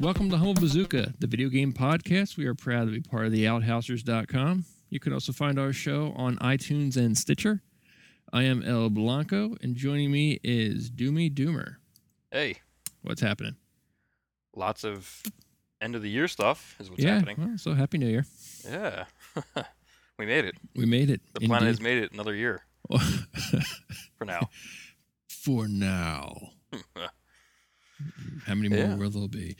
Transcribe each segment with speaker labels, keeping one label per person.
Speaker 1: welcome to Humble Bazooka, the video game podcast. We are proud to be part of the Outhousers.com. You can also find our show on iTunes and Stitcher. I am El Blanco, and joining me is Doomy Doomer.
Speaker 2: Hey,
Speaker 1: What's happening?
Speaker 2: lots of end of the year stuff is what's
Speaker 1: yeah, Mm-hmm.
Speaker 2: happening.
Speaker 1: well, so happy New Year.
Speaker 2: Yeah. we made it.
Speaker 1: We made it.
Speaker 2: The planet has made it another year
Speaker 1: is
Speaker 2: for now.
Speaker 1: for now. How many more
Speaker 2: Yeah.
Speaker 1: will there be?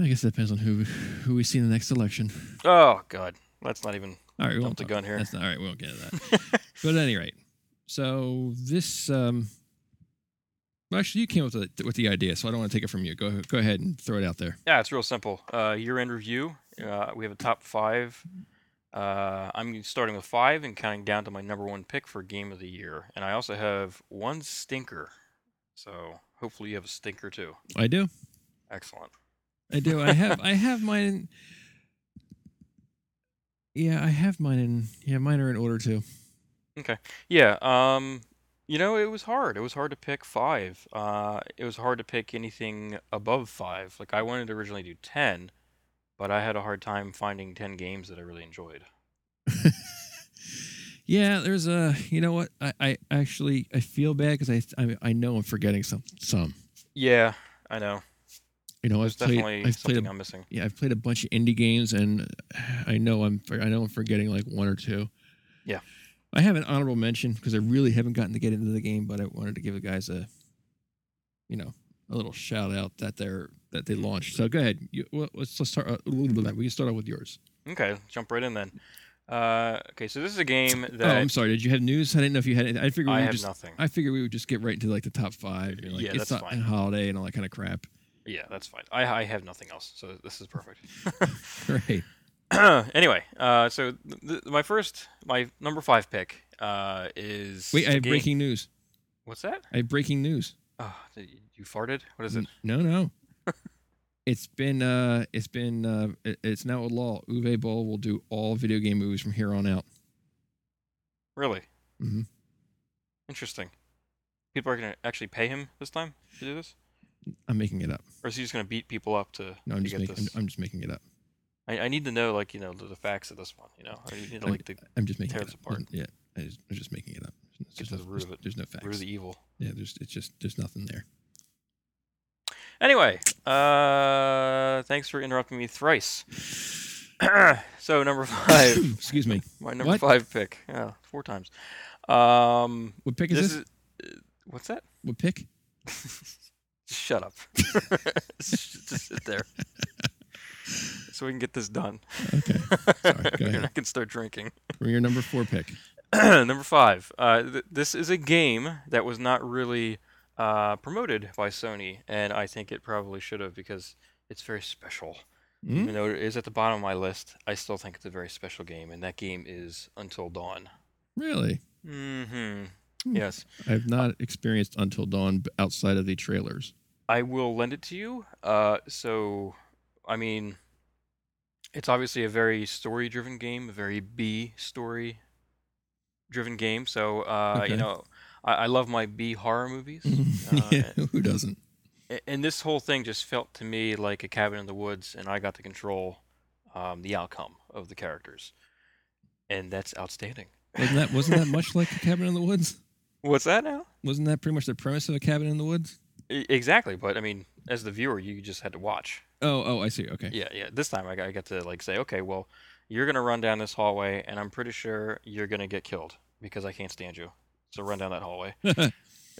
Speaker 1: I guess that depends on who who we see in the next election.
Speaker 2: oh, God. Let's not even.
Speaker 1: All right, we won't
Speaker 2: Jumped the
Speaker 1: talk-
Speaker 2: gun here.
Speaker 1: That's not, all right, we won't get into that. but at any rate, so this um, well, actually you came up with the, with the idea, so I don't want to take it from you. Go go ahead and throw it out there.
Speaker 2: Yeah, it's real simple. Uh, year end review. Uh, we have a top five. Uh, I'm starting with five and counting down to my number one pick for game of the year. And I also have one stinker. So hopefully you have a stinker too.
Speaker 1: I do,
Speaker 2: Excellent.
Speaker 1: I do. I have I have mine. In, yeah, I have mine in. Yeah, mine are in order too.
Speaker 2: Yeah, um, you know, it was hard. It was hard to pick five. Uh, it was hard to pick anything above five. Like I wanted to originally do ten, but I had a hard time finding ten games that I really enjoyed.
Speaker 1: Yeah, there's a. You know what? I, I actually I feel bad because I, I I know I'm forgetting some some.
Speaker 2: Yeah, I know.
Speaker 1: You know,
Speaker 2: There's
Speaker 1: I've played
Speaker 2: definitely
Speaker 1: I've played
Speaker 2: something
Speaker 1: a,
Speaker 2: I'm missing.
Speaker 1: yeah I've played a bunch of indie games and I know I'm I know I'm forgetting like one or two.
Speaker 2: Yeah.
Speaker 1: I have an honorable mention because I really haven't gotten to get into the game, but I wanted to give the guys a, you know, a little shout out that they're that they launched. So go ahead, you, well, let's let's start. Uh, we can start out with yours.
Speaker 2: Okay, jump right in then. Uh, okay, so this is a game
Speaker 1: Oh, I'm
Speaker 2: that
Speaker 1: sorry. Did you have news? I didn't know if you had. Any, I figured
Speaker 2: I
Speaker 1: we would
Speaker 2: have
Speaker 1: just.
Speaker 2: nothing.
Speaker 1: I figured we would just get right into like the top five. and, like,
Speaker 2: Yeah,
Speaker 1: it's
Speaker 2: that's
Speaker 1: not
Speaker 2: fine.
Speaker 1: a holiday and all that kind of crap.
Speaker 2: Yeah, that's fine. I I have nothing else, so this is perfect.
Speaker 1: Right.
Speaker 2: Anyway, uh, so th- th- my first, my number five pick, uh, is
Speaker 1: Wait, I
Speaker 2: a
Speaker 1: have
Speaker 2: game-
Speaker 1: breaking news.
Speaker 2: What's that?
Speaker 1: I have breaking news.
Speaker 2: Oh, you farted? What is it?
Speaker 1: N- No, no. it's been uh it's been uh it- it's now a law. Uwe Boll will do all video game movies from here on out.
Speaker 2: Really?
Speaker 1: Mhm.
Speaker 2: Interesting. People are going to actually pay him this time to do this?
Speaker 1: I'm making it up.
Speaker 2: Or is he just going to beat people up to,
Speaker 1: No, I'm just
Speaker 2: to get
Speaker 1: making I'm,
Speaker 2: this?
Speaker 1: I'm just making it up.
Speaker 2: I, I need to know, like, you know, the, the facts of this one, you know? I need to,
Speaker 1: I'm-
Speaker 2: like, the
Speaker 1: I'm just making
Speaker 2: Tear
Speaker 1: it
Speaker 2: this
Speaker 1: up.
Speaker 2: apart.
Speaker 1: Yeah. I just, I'm just making it up. There's
Speaker 2: Get to
Speaker 1: no-
Speaker 2: the root of it.
Speaker 1: there's no
Speaker 2: root of
Speaker 1: facts.
Speaker 2: the evil.
Speaker 1: Yeah, there's it's just there's nothing there.
Speaker 2: Anyway, uh, thanks for interrupting me thrice. so, number five.
Speaker 1: Excuse me.
Speaker 2: my number
Speaker 1: What?
Speaker 2: five pick. Yeah, four times. Um,
Speaker 1: What pick is
Speaker 2: this
Speaker 1: this?
Speaker 2: is. uh, What's that?
Speaker 1: What pick?
Speaker 2: Shut up. just sit there. So we can get this done.
Speaker 1: Okay. Sorry, go ahead.
Speaker 2: I can start drinking.
Speaker 1: From your number four pick.
Speaker 2: Number five. Uh, th- this is a game that was not really uh, promoted by Sony, and I think it probably should have because it's very special.
Speaker 1: Mm?
Speaker 2: Even though it is at the bottom of my list, I still think it's a very special game, and that game is Until Dawn.
Speaker 1: Really?
Speaker 2: hmm
Speaker 1: Hmm.
Speaker 2: Yes.
Speaker 1: I've not experienced Until Dawn b- outside of the trailers.
Speaker 2: I will lend it to you. Uh, so, I mean, it's obviously a very story-driven game, a very B story-driven game. So, uh,
Speaker 1: Okay.
Speaker 2: you know, I, I love my B horror movies, uh,
Speaker 1: yeah, who doesn't?
Speaker 2: a- and this whole thing just felt to me like a cabin in the woods, and I got to control um, the outcome of the characters, and that's outstanding.
Speaker 1: Wasn't that wasn't that much like a cabin in the woods?
Speaker 2: What's that now?
Speaker 1: Wasn't that pretty much the premise of a cabin in the woods?
Speaker 2: E- Exactly, but I mean, as the viewer, you just had to watch.
Speaker 1: Oh, oh, I see. Okay.
Speaker 2: Yeah, yeah. This time I got, I got to like say, okay, well, you're gonna run down this hallway, and I'm pretty sure you're gonna get killed because I can't stand you. So run down that hallway.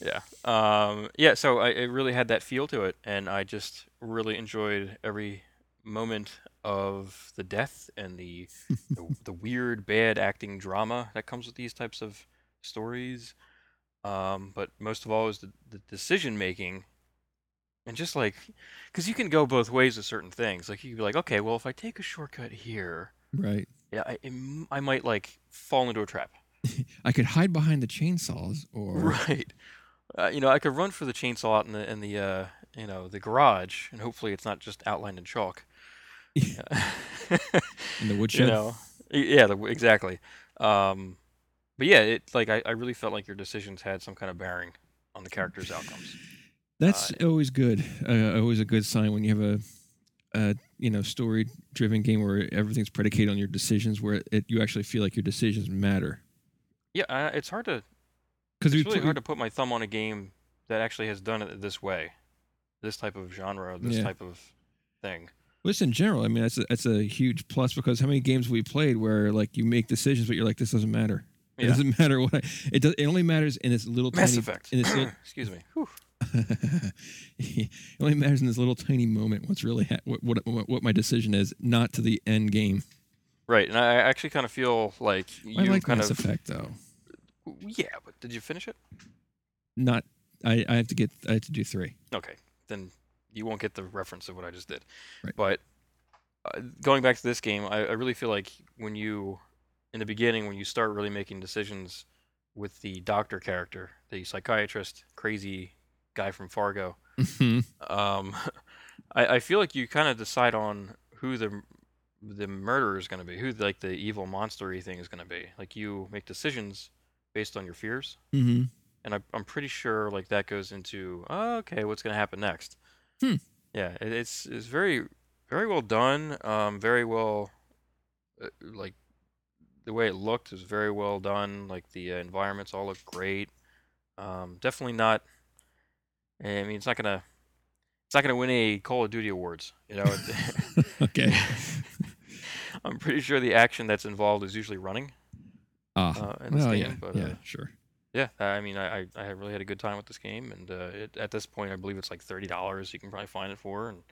Speaker 2: yeah. Um. Yeah. So I it really had that feel to it, and I just really enjoyed every moment of the death and the the, the weird bad acting drama that comes with these types of stories. Um. But most of all is the, the decision making, and just like because you can go both ways with certain things. Like you could be like, okay, well, if I take a shortcut here,
Speaker 1: Right.
Speaker 2: yeah, I, it m- I might like fall into a trap.
Speaker 1: I could hide behind the chainsaws, or
Speaker 2: Right. Uh, you know, I could run for the chainsaw out in the in the uh, you know the garage, and hopefully it's not just outlined in chalk. Yeah.
Speaker 1: in the
Speaker 2: you
Speaker 1: woodshed.
Speaker 2: know, Y- yeah, the, exactly. Um, but yeah, it like I, I really felt like your decisions had some kind of bearing on the character's outcomes.
Speaker 1: That's always good. Uh, always a good sign when you have a, a you know story driven game where everything's predicated on your decisions, where it, you actually feel like your decisions matter.
Speaker 2: Yeah, uh, it's hard to.
Speaker 1: Because
Speaker 2: It's really hard to put my thumb on a game that actually has done it this way, this type of genre, this
Speaker 1: Yeah.
Speaker 2: type of thing.
Speaker 1: Well, just in general, I mean, that's a, that's a huge plus because how many games we played where like you make decisions, but you're like, this doesn't matter. It
Speaker 2: Yeah.
Speaker 1: doesn't matter what I, it does. It only matters in this little
Speaker 2: Mass
Speaker 1: tiny.
Speaker 2: Effect.
Speaker 1: in this little-
Speaker 2: Excuse me. Whew.
Speaker 1: it only matters in this little tiny moment. What's really ha- what, what what what my decision is, not to the end game.
Speaker 2: Right, and I I actually kind of feel like you
Speaker 1: I like
Speaker 2: kind
Speaker 1: Mass
Speaker 2: of
Speaker 1: Effect though.
Speaker 2: yeah. But did you finish it?
Speaker 1: Not I, I have to get I have to do three.
Speaker 2: Okay, then you won't get the reference of what I just did.
Speaker 1: Right.
Speaker 2: But uh, going back to this game, I, I really feel like when you, in the beginning, when you start really making decisions with the doctor character, the psychiatrist, crazy guy from Fargo,
Speaker 1: Mhm.
Speaker 2: um, I, I feel like you kind of decide on who the the murderer is going to be, who like the evil monstery thing is going to be. Like you make decisions based on your fears
Speaker 1: Mhm.
Speaker 2: and I, I'm pretty sure like that goes into oh, okay, what's gonna happen next?
Speaker 1: Hmm.
Speaker 2: Yeah, it, it's it's very very well done. Um, very well, uh, like the way it looked is very well done. Like the uh, environments all look great. Um, definitely not. I mean, it's not gonna it's not gonna win a Call of Duty awards. You know,
Speaker 1: Okay.
Speaker 2: I'm pretty sure the action that's involved is usually running.
Speaker 1: Ah.
Speaker 2: Uh, in this
Speaker 1: well,
Speaker 2: game,
Speaker 1: yeah.
Speaker 2: but,
Speaker 1: yeah.
Speaker 2: uh,
Speaker 1: sure.
Speaker 2: yeah, I I mean, I, I I had really had a good time with this game, and uh, it, at this point, I believe it's like thirty dollars. You can probably find it for, and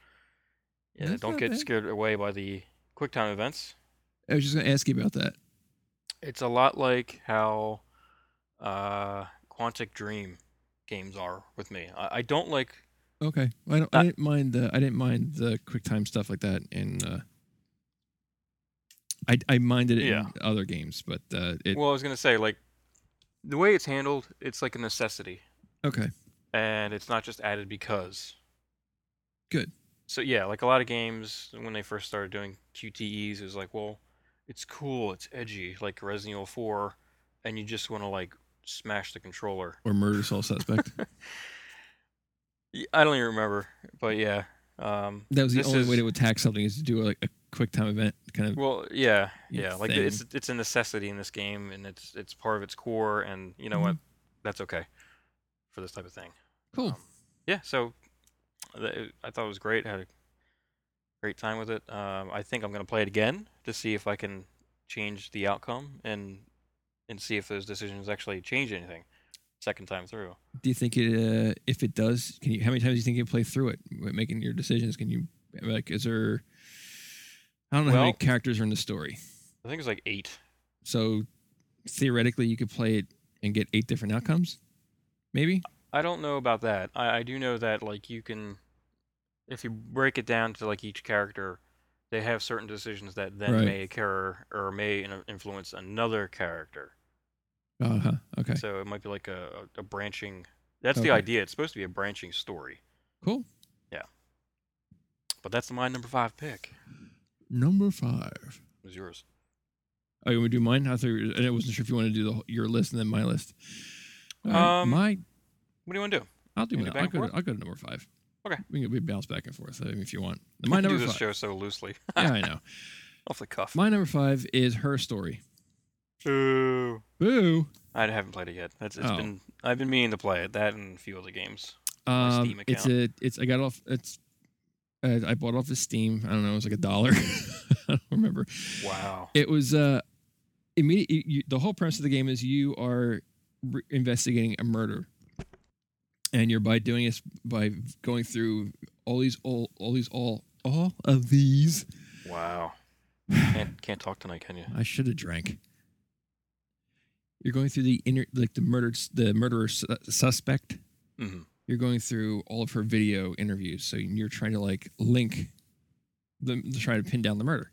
Speaker 2: yeah,
Speaker 1: That's
Speaker 2: don't
Speaker 1: not
Speaker 2: get
Speaker 1: bad.
Speaker 2: scared away by the quick time events.
Speaker 1: I was just gonna ask you about that.
Speaker 2: It's a lot like how uh, Quantic Dream games are with me. I, I don't like
Speaker 1: Okay. Well, I don't.
Speaker 2: Uh,
Speaker 1: I didn't mind the. I didn't mind the QuickTime stuff like that in. Uh, I I minded it
Speaker 2: Yeah.
Speaker 1: in other games, but uh, it.
Speaker 2: well, I was gonna say like the way it's handled. It's like a necessity,
Speaker 1: okay.
Speaker 2: and it's not just added because.
Speaker 1: Good.
Speaker 2: So yeah, like a lot of games when they first started doing QTEs, it was like, well, it's cool, it's edgy, like Resident Evil 4, and you just want to like smash the controller.
Speaker 1: Or murder sole suspect.
Speaker 2: Y- I don't even remember, but yeah. Um,
Speaker 1: that was the
Speaker 2: This
Speaker 1: only way
Speaker 2: is-
Speaker 1: to attack something is to do like a QuickTime event kind of.
Speaker 2: well, yeah,
Speaker 1: Your
Speaker 2: yeah. Like it's it's a necessity in this game, and it's it's part of its core, and you know what, that's okay for this type of thing.
Speaker 1: Cool.
Speaker 2: Um, yeah, so th- I thought it was great. had a great time with it. Um, I think I'm gonna play it again to see if I can change the outcome and and see if those decisions actually change anything. Second time through.
Speaker 1: Do you think it? Uh, if it does, can you? How many times do you think you play through it, when making your decisions? Can you? Like, is there? I don't know how many
Speaker 2: Well-
Speaker 1: characters are in the story,
Speaker 2: I think it's like eight.
Speaker 1: so theoretically you could play it and get eight different outcomes, maybe.
Speaker 2: I don't know about that. I, I do know that like you can, if you break it down to like each character, they have certain decisions that then
Speaker 1: Right.
Speaker 2: may occur or may in- influence another character.
Speaker 1: Uh huh. Okay.
Speaker 2: So it might be like a, a, a branching. That's
Speaker 1: Okay.
Speaker 2: the idea. It's supposed to be a branching story.
Speaker 1: Cool.
Speaker 2: But that's my number five pick.
Speaker 1: Number five.
Speaker 2: It was yours.
Speaker 1: Oh, you want me to do mine? I, thought you were- I wasn't sure if you want to do the, whole- your list and then my list. All right,
Speaker 2: Um,
Speaker 1: my,
Speaker 2: What do you want to do?
Speaker 1: I'll do
Speaker 2: you
Speaker 1: mine.
Speaker 2: do
Speaker 1: I'll
Speaker 2: back and
Speaker 1: go, to, I'll go to number five.
Speaker 2: Okay.
Speaker 1: We can we bounce back and forth I mean, if you want.
Speaker 2: I
Speaker 1: My
Speaker 2: do
Speaker 1: number
Speaker 2: this
Speaker 1: five.
Speaker 2: show so loosely,
Speaker 1: yeah, I know.
Speaker 2: off the cuff.
Speaker 1: My number five is her story.
Speaker 2: Ooh.
Speaker 1: Boo.
Speaker 2: I haven't played it yet. That's it's
Speaker 1: Oh.
Speaker 2: been I've been meaning to play it. That and a few other games.
Speaker 1: Um,
Speaker 2: Steam
Speaker 1: it's a. It's. I got off. It's. Uh, I bought it off of Steam. I don't know. It was like a dollar. I don't remember.
Speaker 2: Wow.
Speaker 1: It was uh, immediate. You, you, the whole premise of the game is you are re- investigating a murder, and you're by doing this by going through all these all all these all all of these.
Speaker 2: Wow. Can't can't talk tonight, can you?
Speaker 1: I should have drank. You're going through the inner like the murdered the murderer su- suspect.
Speaker 2: Mm-hmm.
Speaker 1: You're going through all of her video interviews, so you're trying to like link the try to pin down the murder.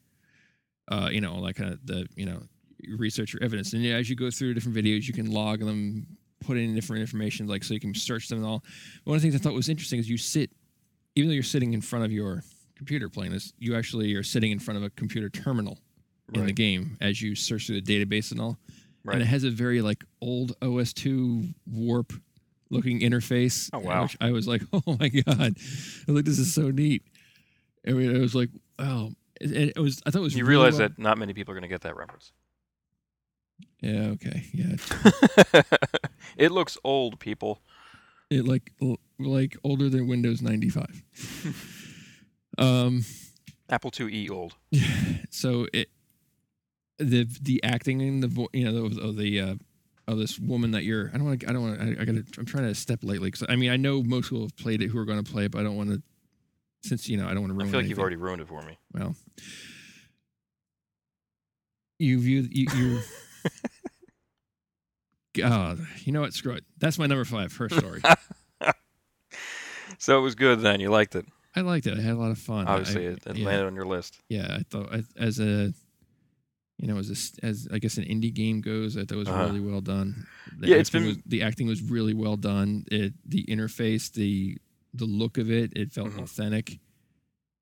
Speaker 1: Uh, you know, like uh, the you know you research your evidence, and as you go through different videos, you can log them, put in different information, like so you can search them and all. One of the things I thought was interesting is you sit, even though you're sitting in front of your computer playing this, you actually are sitting in front of a computer terminal in the
Speaker 2: Right.
Speaker 1: game as you search through the database and all.
Speaker 2: Right.
Speaker 1: And it has a very like old OS2 warp looking interface.
Speaker 2: Oh, wow.
Speaker 1: which I was like, oh my god, I was like this is so neat. I mean, I was like, wow. It, it was. I thought it was.
Speaker 2: You
Speaker 1: really
Speaker 2: realize
Speaker 1: well-
Speaker 2: that not many people are going to get that reference.
Speaker 1: Yeah. Okay. Yeah.
Speaker 2: it looks old, people.
Speaker 1: It like l- like older than Windows ninety five. um.
Speaker 2: Apple IIe old.
Speaker 1: so it the the acting and the vo- you know of, of the uh of this woman that you're I don't want to I don't want to I, I gotta I'm trying to step lightly because I mean I know most people have played it who are going to play it but I don't want to since you know I don't want to
Speaker 2: I
Speaker 1: ruin.
Speaker 2: feel like you've
Speaker 1: anything.
Speaker 2: already ruined it for me.
Speaker 1: well you view you you. God, you know what? Screw it. That's my number five. Her story.
Speaker 2: So it was good then. You liked it.
Speaker 1: I liked it. I had a lot of fun. Uh, I-
Speaker 2: Obviously, it, it
Speaker 1: yeah.
Speaker 2: landed on your list.
Speaker 1: yeah, I thought I, as a you know as a, s- as I guess an indie game goes, I thought it was
Speaker 2: Uh-huh.
Speaker 1: really well done. The
Speaker 2: Yeah, it's
Speaker 1: acting
Speaker 2: been-
Speaker 1: was, the acting was really well done. It the interface, the the look of it, it felt
Speaker 2: Mhm.
Speaker 1: authentic.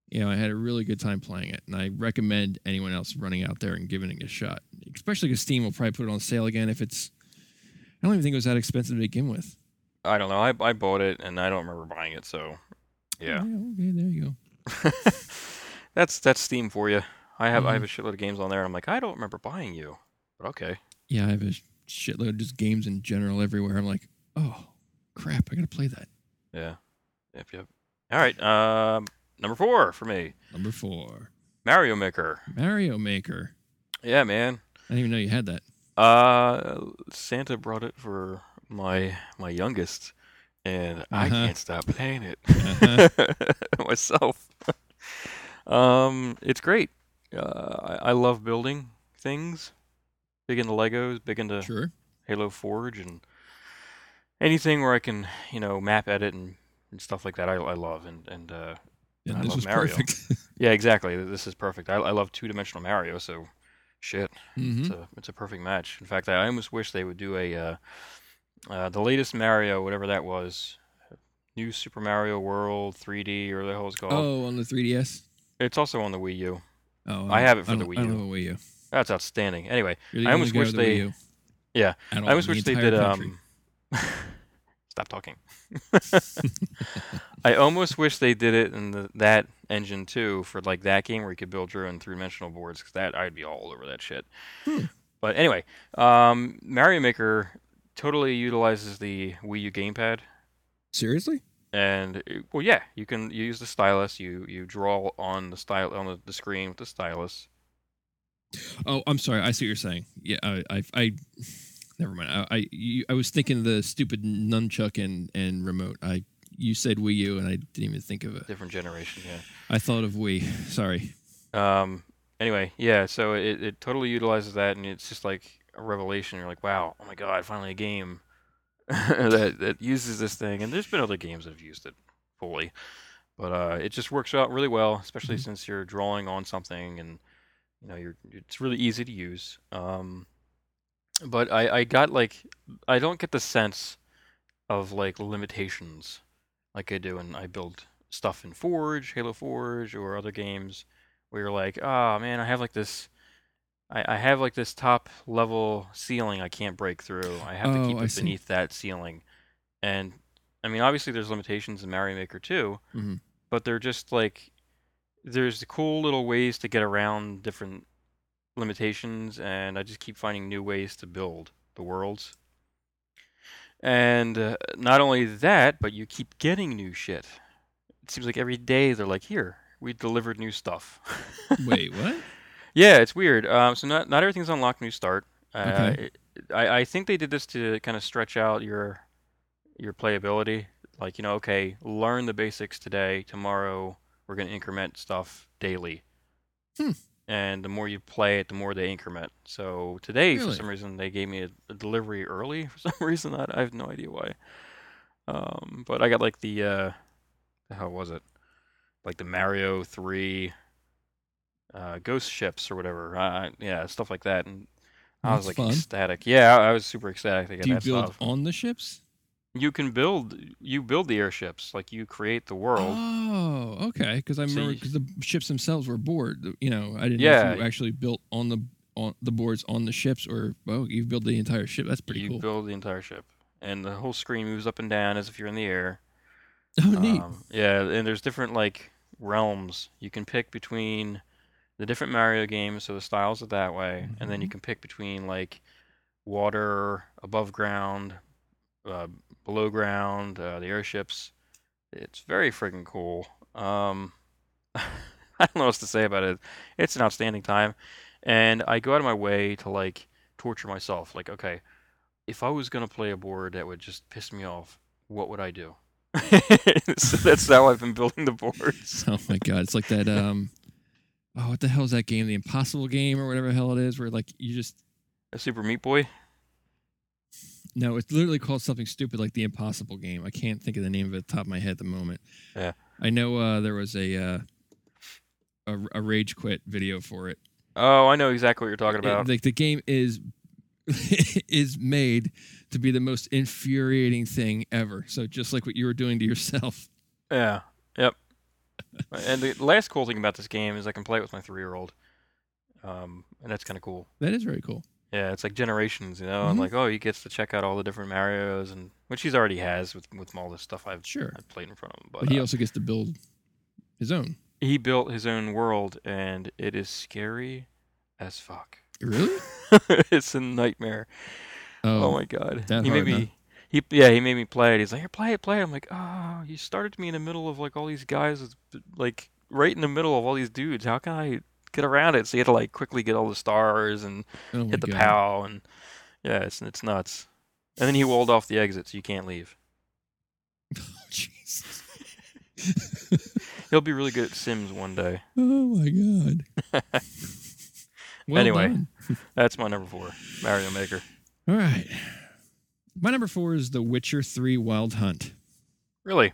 Speaker 1: You know, I had a really good time playing it, and I recommend anyone else running out there and giving it a shot. Especially because Steam will probably put it on sale again if it's. I don't even think it was that expensive to begin with.
Speaker 2: I don't know. I, I bought it and I don't remember buying it. So, yeah,
Speaker 1: Okay, there you go.
Speaker 2: that's that's Steam for you. I have I have a
Speaker 1: Mm-hmm.
Speaker 2: shitload of games on there. And I'm like, I don't remember buying you, but okay.
Speaker 1: Yeah, I have a shitload of just games in general everywhere. I'm like, oh crap, I gotta play that.
Speaker 2: Yeah. Yep. Yep. All right. Um, number four for me,
Speaker 1: Number four,
Speaker 2: Mario Maker.
Speaker 1: Mario Maker.
Speaker 2: Yeah, man.
Speaker 1: I didn't even know you had that.
Speaker 2: Uh, Santa brought it for my my youngest, and I
Speaker 1: Uh-huh.
Speaker 2: can't stop playing it
Speaker 1: Uh-huh.
Speaker 2: myself. um, it's great. Uh, I, I love building things. Big into Legos. Big into
Speaker 1: Sure.
Speaker 2: Halo Forge and anything where I can, you know, map edit and, and stuff like that. I, I love and and uh,
Speaker 1: And
Speaker 2: I
Speaker 1: this
Speaker 2: love
Speaker 1: was
Speaker 2: Mario.
Speaker 1: perfect.
Speaker 2: yeah, exactly. th- This is perfect. I, I love two dimensional Mario. So, shit.
Speaker 1: hmm
Speaker 2: It's a it's a perfect match. In fact, I almost wish they would do a uh, uh, the latest Mario, whatever that was, New Super Mario World 3D or the hell it's called.
Speaker 1: Oh, on the 3DS.
Speaker 2: It's also on the Wii U.
Speaker 1: Oh,
Speaker 2: I have it for
Speaker 1: I
Speaker 2: the
Speaker 1: don't-
Speaker 2: Wii
Speaker 1: I don't
Speaker 2: U.
Speaker 1: have a Wii U.
Speaker 2: That's outstanding. Anyway,
Speaker 1: You're the
Speaker 2: I
Speaker 1: only
Speaker 2: almost
Speaker 1: guy
Speaker 2: wish
Speaker 1: with a
Speaker 2: they-
Speaker 1: Wii U.
Speaker 2: yeah,
Speaker 1: At all
Speaker 2: I almost
Speaker 1: in the
Speaker 2: wish they
Speaker 1: entire
Speaker 2: did.
Speaker 1: country.
Speaker 2: Um, stop talking. I almost wish they did it in the, that engine too for like that game where you could build your own three-dimensional boards. 'cause that I'd be all over that shit.
Speaker 1: Hmm.
Speaker 2: But anyway, um, Mario Maker totally utilizes the Wii U gamepad.
Speaker 1: Seriously?
Speaker 2: and it- well yeah you can you use the stylus you you draw on the style on the, the screen with the stylus
Speaker 1: Oh, I'm sorry. I see what you're saying. Yeah, I, I, I never mind. I, I, you, I was thinking the stupid nunchuck and and remote. I, you said Wii U, and I didn't even think of it.
Speaker 2: different generation yeah
Speaker 1: I thought of Wii. Sorry.
Speaker 2: um anyway yeah so it, it totally utilizes that and it's just like a revelation you're like wow oh my god finally a game that that uses this thing and there's been other games that have used it fully but uh it just works out really well especially
Speaker 1: Mhm.
Speaker 2: since you're drawing on something and you know you're it's really easy to use um but i i got like i don't get the sense of like limitations like i do and i build stuff in forge halo forge or other games where you're like oh man i have like this I, I have like this top level ceiling I can't break through. I have
Speaker 1: Oh,
Speaker 2: to keep
Speaker 1: I
Speaker 2: it
Speaker 1: see.
Speaker 2: beneath that ceiling. And I mean obviously there's limitations in Mario Maker too,
Speaker 1: Mhm.
Speaker 2: but they're just like there's cool little ways to get around different limitations and I just keep finding new ways to build the worlds. And uh, not only that, but you keep getting new shit. It seems like every day they're like, "Here, we delivered new stuff."
Speaker 1: Wait, what?
Speaker 2: Yeah, it's weird. Um, so not not everything's unlocked new start. Uh,
Speaker 1: Okay.
Speaker 2: it- I I think they did this to kind of stretch out your your playability. Like you know, okay, learn the basics today. Tomorrow we're gonna increment stuff daily.
Speaker 1: Hmm.
Speaker 2: And the more you play it, the more they increment. So today, for
Speaker 1: Really?
Speaker 2: some reason, they gave me a, a delivery early. For some reason, I, I have no idea why. Um, but I got like the uh, the hell was it? Like the Mario three uh, ghost ships or whatever. Uh, yeah, stuff like that. And I was
Speaker 1: That's
Speaker 2: like
Speaker 1: fun.
Speaker 2: ecstatic. Yeah, I I was super ecstatic to get
Speaker 1: Do you
Speaker 2: that
Speaker 1: build
Speaker 2: stuff.
Speaker 1: on the ships?
Speaker 2: You can build. You build the airships. Like you create the world.
Speaker 1: Oh, okay. Because I
Speaker 2: So
Speaker 1: remember
Speaker 2: you-
Speaker 1: because the ships themselves were bored. You know, I didn't know
Speaker 2: Yeah.
Speaker 1: if you actually built on the on the boards on the ships or oh, you build the entire ship. That's pretty
Speaker 2: you
Speaker 1: cool.
Speaker 2: build the entire ship. and the whole screen moves up and down as if you're in the air.
Speaker 1: Oh, neat.
Speaker 2: Um, yeah, and there's different like realms you can pick between the different Mario games, so the styles are that way, and then you
Speaker 1: Mm-hmm.
Speaker 2: can pick between like water, above ground, uh, below ground, uh, the airships. It's very freaking cool. Um, I don't know what else to say about it. It's an outstanding time, and I go out of my way to like torture myself. Like, okay, if I was gonna play a board that would just piss me off, what would I do? so that's how I've been building the boards.
Speaker 1: Oh my god, it's like that. Um, oh, what the hell is that game? The Impossible Game or whatever the hell it is, where like you just
Speaker 2: A Super Meat Boy.
Speaker 1: no, it's literally called something stupid like the Impossible Game. I can't think of the name of it at the top of my head at the moment.
Speaker 2: Yeah.
Speaker 1: I know uh, there was a, uh, a a rage quit video for it.
Speaker 2: Oh, I know exactly what you're talking
Speaker 1: It-
Speaker 2: about.
Speaker 1: like the game is is made to be the most infuriating thing ever. So just like what you were doing to yourself.
Speaker 2: Yeah. Yep. and the last cool thing about this game is I can play it with my three-year-old, um, and that's kind of cool.
Speaker 1: That is very cool.
Speaker 2: Yeah, it's like generations, you know. And
Speaker 1: Mhm.
Speaker 2: like, oh, he gets to check out all the different Mario's, and which he's already has with with all this stuff I've,
Speaker 1: Sure.
Speaker 2: I've played in front of him. But,
Speaker 1: But he
Speaker 2: uh,
Speaker 1: also gets to build his own.
Speaker 2: he built his own world, and it is scary as fuck.
Speaker 1: Really?
Speaker 2: it's a nightmare.
Speaker 1: Oh,
Speaker 2: Oh my god.
Speaker 1: that
Speaker 2: he
Speaker 1: hard,
Speaker 2: made
Speaker 1: huh?
Speaker 2: me he yeah, he made me play it. He's like, "Here, play it, play it." I'm like, "Oh, you started me in the middle of like all these guys with, like right in the middle of all these dudes. How can I get around it?" So you had to like quickly get all the stars and
Speaker 1: oh my
Speaker 2: hit the
Speaker 1: God.
Speaker 2: POW and yeah, it's it's nuts. And then he walled off the exit so you can't leave.
Speaker 1: Oh, Jesus.
Speaker 2: He'll be really good at Sims one day.
Speaker 1: oh my God. Well
Speaker 2: Anyway.
Speaker 1: done.
Speaker 2: That's my number 4, Mario Maker.
Speaker 1: All right. My number four is The Witcher 3 Wild Hunt.
Speaker 2: Really?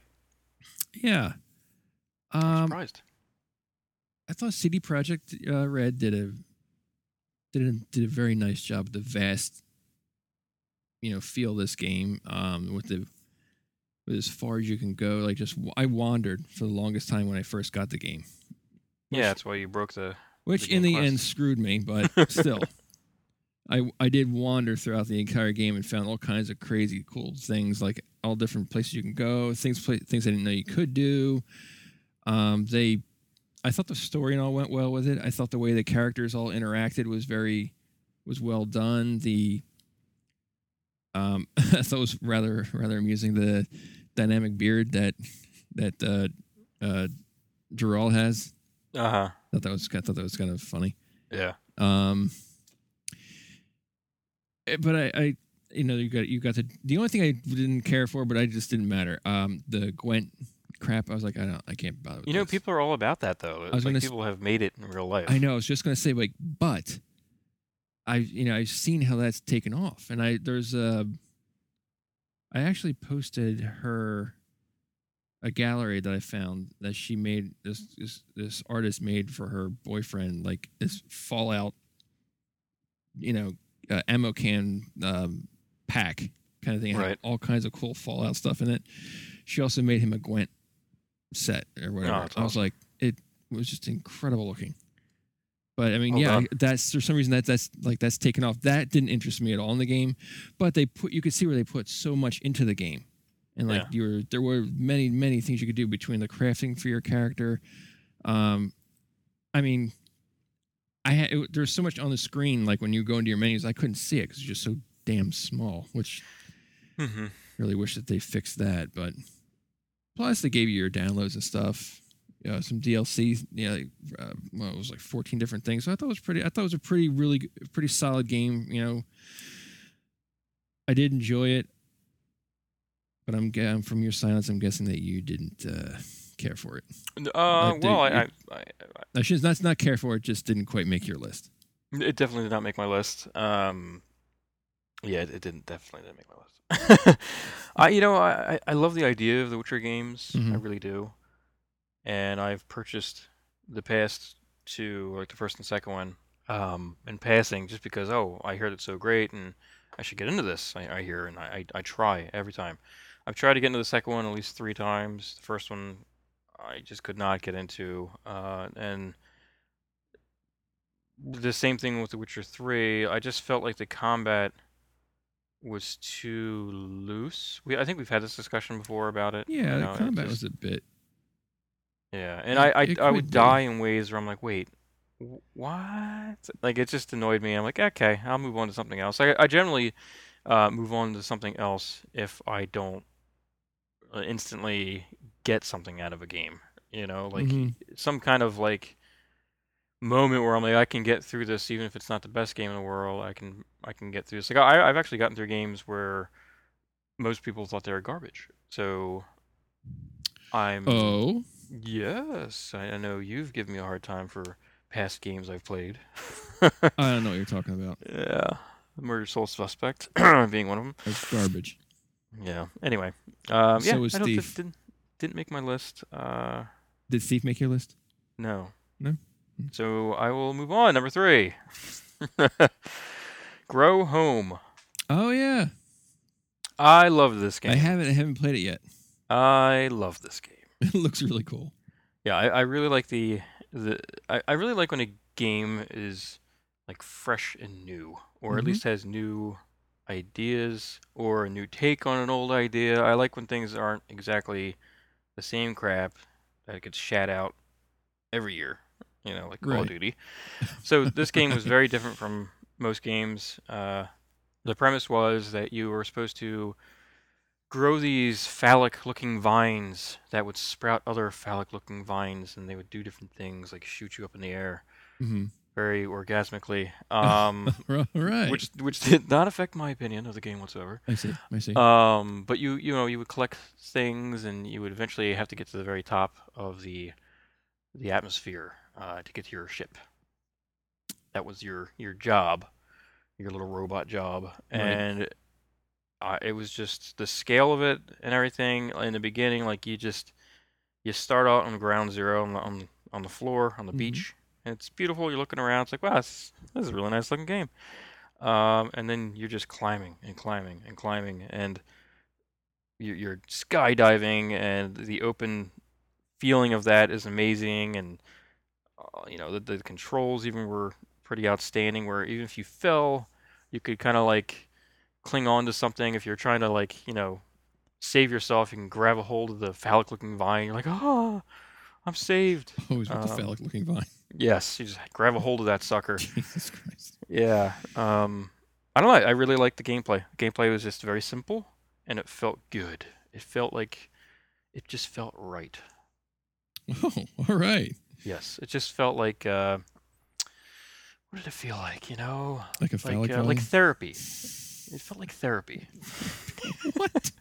Speaker 1: Yeah.
Speaker 2: I'm
Speaker 1: Um,
Speaker 2: surprised.
Speaker 1: I thought CD Project uh, Red did a did a, did a very nice job with the vast, you know, feel of this game um, with the with as far as you can go. Like just I wandered for the longest time when I first got the game,
Speaker 2: Yeah, that's why you broke the
Speaker 1: which
Speaker 2: The
Speaker 1: in
Speaker 2: game
Speaker 1: the
Speaker 2: quest.
Speaker 1: end screwed me, but still. I, I did wander throughout the entire game and found all kinds of crazy cool things like all different places you can go things pla things I didn't know you could do. Um, they, I thought the story and all went well with it. I thought the way the characters all interacted was very was well done. The um, I thought it was rather rather amusing the dynamic beard that that uh, uh, Geralt has.
Speaker 2: Uh-huh.
Speaker 1: I thought that was I thought that was kind of funny.
Speaker 2: Yeah.
Speaker 1: Um, eh, but I, I, you know, you got you got the the only thing I didn't care for, but I just didn't matter. Um, the Gwent crap. I was like, I don't, I can't bother. With
Speaker 2: You know
Speaker 1: this.
Speaker 2: people are all about that though. It's
Speaker 1: was
Speaker 2: like
Speaker 1: gonna s-
Speaker 2: people have made it in real life.
Speaker 1: I know. I was just gonna say like, but I, you know, I've seen how that's taken off, and I there's a. I actually posted her a gallery that I found that she made this this, this artist made for her boyfriend like this Fallout, you know, uh, ammo can um, pack kind of thing. It had
Speaker 2: Right.
Speaker 1: All kinds of cool Fallout stuff in it. She also made him a Gwent set or whatever.
Speaker 2: Oh, that's
Speaker 1: I was
Speaker 2: awesome.
Speaker 1: like, it was just incredible looking. But I mean,
Speaker 2: Well
Speaker 1: yeah,
Speaker 2: done.
Speaker 1: that's for some reason that that's like that's taken off. That didn't interest me at all in the game, but they put you could see where they put so much into the game, and like
Speaker 2: Yeah.
Speaker 1: you were there were many many things you could do between the crafting for your character. Um, I mean, I had it, there was so much on the screen like when you go into your menus, I couldn't see it because it's just so damn small, which
Speaker 2: Mhm.
Speaker 1: really wish that they fixed that. But plus, they gave you your downloads and stuff, you know, some DLC. You know, like, uh, well, it was like 14 different things. So I thought it was pretty. I thought it was a pretty, really, g- pretty solid game. You know, I did enjoy it, but I'm, gu- I'm from your silence, I'm guessing that you didn't uh, care for it.
Speaker 2: N- Uh,
Speaker 1: Like the-
Speaker 2: well, I, I,
Speaker 1: it-
Speaker 2: I,
Speaker 1: I should not not care for it. Just didn't quite make your list.
Speaker 2: it definitely did not make my list. Um, yeah, it, it didn't definitely didn't make my list. I, you know, I, I I love the idea of the Witcher games. I
Speaker 1: Mhm.
Speaker 2: really do, and I've purchased the past two, like the first and second one, um, in passing, just because oh, I heard it's so great, and I should get into this. I, I hear, and I, I, I try every time. I've tried to get into the second one at least three times. The first one, I just could not get into, uh, and the same thing with The Witcher 3. I just felt like the combat was too loose. We I think we've had this discussion before about it.
Speaker 1: Yeah,
Speaker 2: you
Speaker 1: the
Speaker 2: know, it
Speaker 1: combat
Speaker 2: just-
Speaker 1: was a bit.
Speaker 2: Yeah, and
Speaker 1: It-
Speaker 2: I I,
Speaker 1: it
Speaker 2: I
Speaker 1: could
Speaker 2: would
Speaker 1: be.
Speaker 2: die in ways where I'm like, wait, wh- what? Like it just annoyed me. I'm like, okay, I'll move on to something else. I I generally uh, move on to something else if I don't uh, instantly get something out of a game. You know, like
Speaker 1: Mhm.
Speaker 2: some kind of like moment where I'm like, I can get through this, even if it's not the best game in the world. I can I can get through this. Like I I've actually gotten through games where most people thought they were garbage. So I'm
Speaker 1: Oh,
Speaker 2: Yes, I I know you've given me a hard time for past games I've played.
Speaker 1: I don't know what you're talking about.
Speaker 2: yeah, Murder Soul Suspect being one of them.
Speaker 1: That's garbage.
Speaker 2: Yeah. Anyway, um, yeah,
Speaker 1: So is
Speaker 2: I don't,
Speaker 1: Thief.
Speaker 2: didn't didn't make my list. Uh,
Speaker 1: Did Thief make your list?
Speaker 2: no.
Speaker 1: No? Hmm.
Speaker 2: So I will move on. Number three. Grow Home.
Speaker 1: Oh yeah,
Speaker 2: I love this game.
Speaker 1: I haven't. I haven't played it yet.
Speaker 2: I love this game.
Speaker 1: It looks really cool.
Speaker 2: Yeah, I, I really like the the I, I really like when a game is like fresh and new, or at
Speaker 1: Mhm.
Speaker 2: least has new ideas or a new take on an old idea. I like when things aren't exactly the same crap that gets shat out every year, you know, like Call
Speaker 1: Right.
Speaker 2: of Duty. So this game was very different from most games. Uh, the premise was that you were supposed to grow these phallic looking vines that would sprout other phallic looking vines and they would do different things like shoot you up in the air
Speaker 1: hmm
Speaker 2: very orgasmically um,
Speaker 1: All right.
Speaker 2: which which did not affect my opinion of the game whatsoever
Speaker 1: I see. I see.
Speaker 2: um, but you you know you would collect things and you would eventually have to get to the very top of the the atmosphere uh, to get to your ship that was your your job your little robot job and uh, it was just the scale of it and everything in the beginning like you just you start out on ground zero on the, on, the- on the floor on the
Speaker 1: Mhm.
Speaker 2: beach and it's beautiful you're looking around it's like wow this, this is a really nice looking game um, and then you're just climbing and climbing and climbing and you're, you're skydiving and the open feeling of that is amazing and uh, you know the, the controls even were pretty outstanding where even if you fell you could kind of like cling on to something if you're trying to like you know save yourself you can grab a hold of the phallic looking vine you're like oh i'm saved
Speaker 1: Always with the
Speaker 2: um,
Speaker 1: phallic looking vine.
Speaker 2: yes you just grab a hold of that sucker
Speaker 1: Jesus Christ.
Speaker 2: yeah. Um, I don't know. I really liked the gameplay. The gameplay was just very simple, and it felt good. It felt like it just felt right.
Speaker 1: Oh, all right.
Speaker 2: Yes, it just felt like uh, what did it feel like? You know,
Speaker 1: Like a
Speaker 2: like
Speaker 1: phallic
Speaker 2: uh,
Speaker 1: vine.
Speaker 2: like therapy. It felt like therapy.
Speaker 1: what?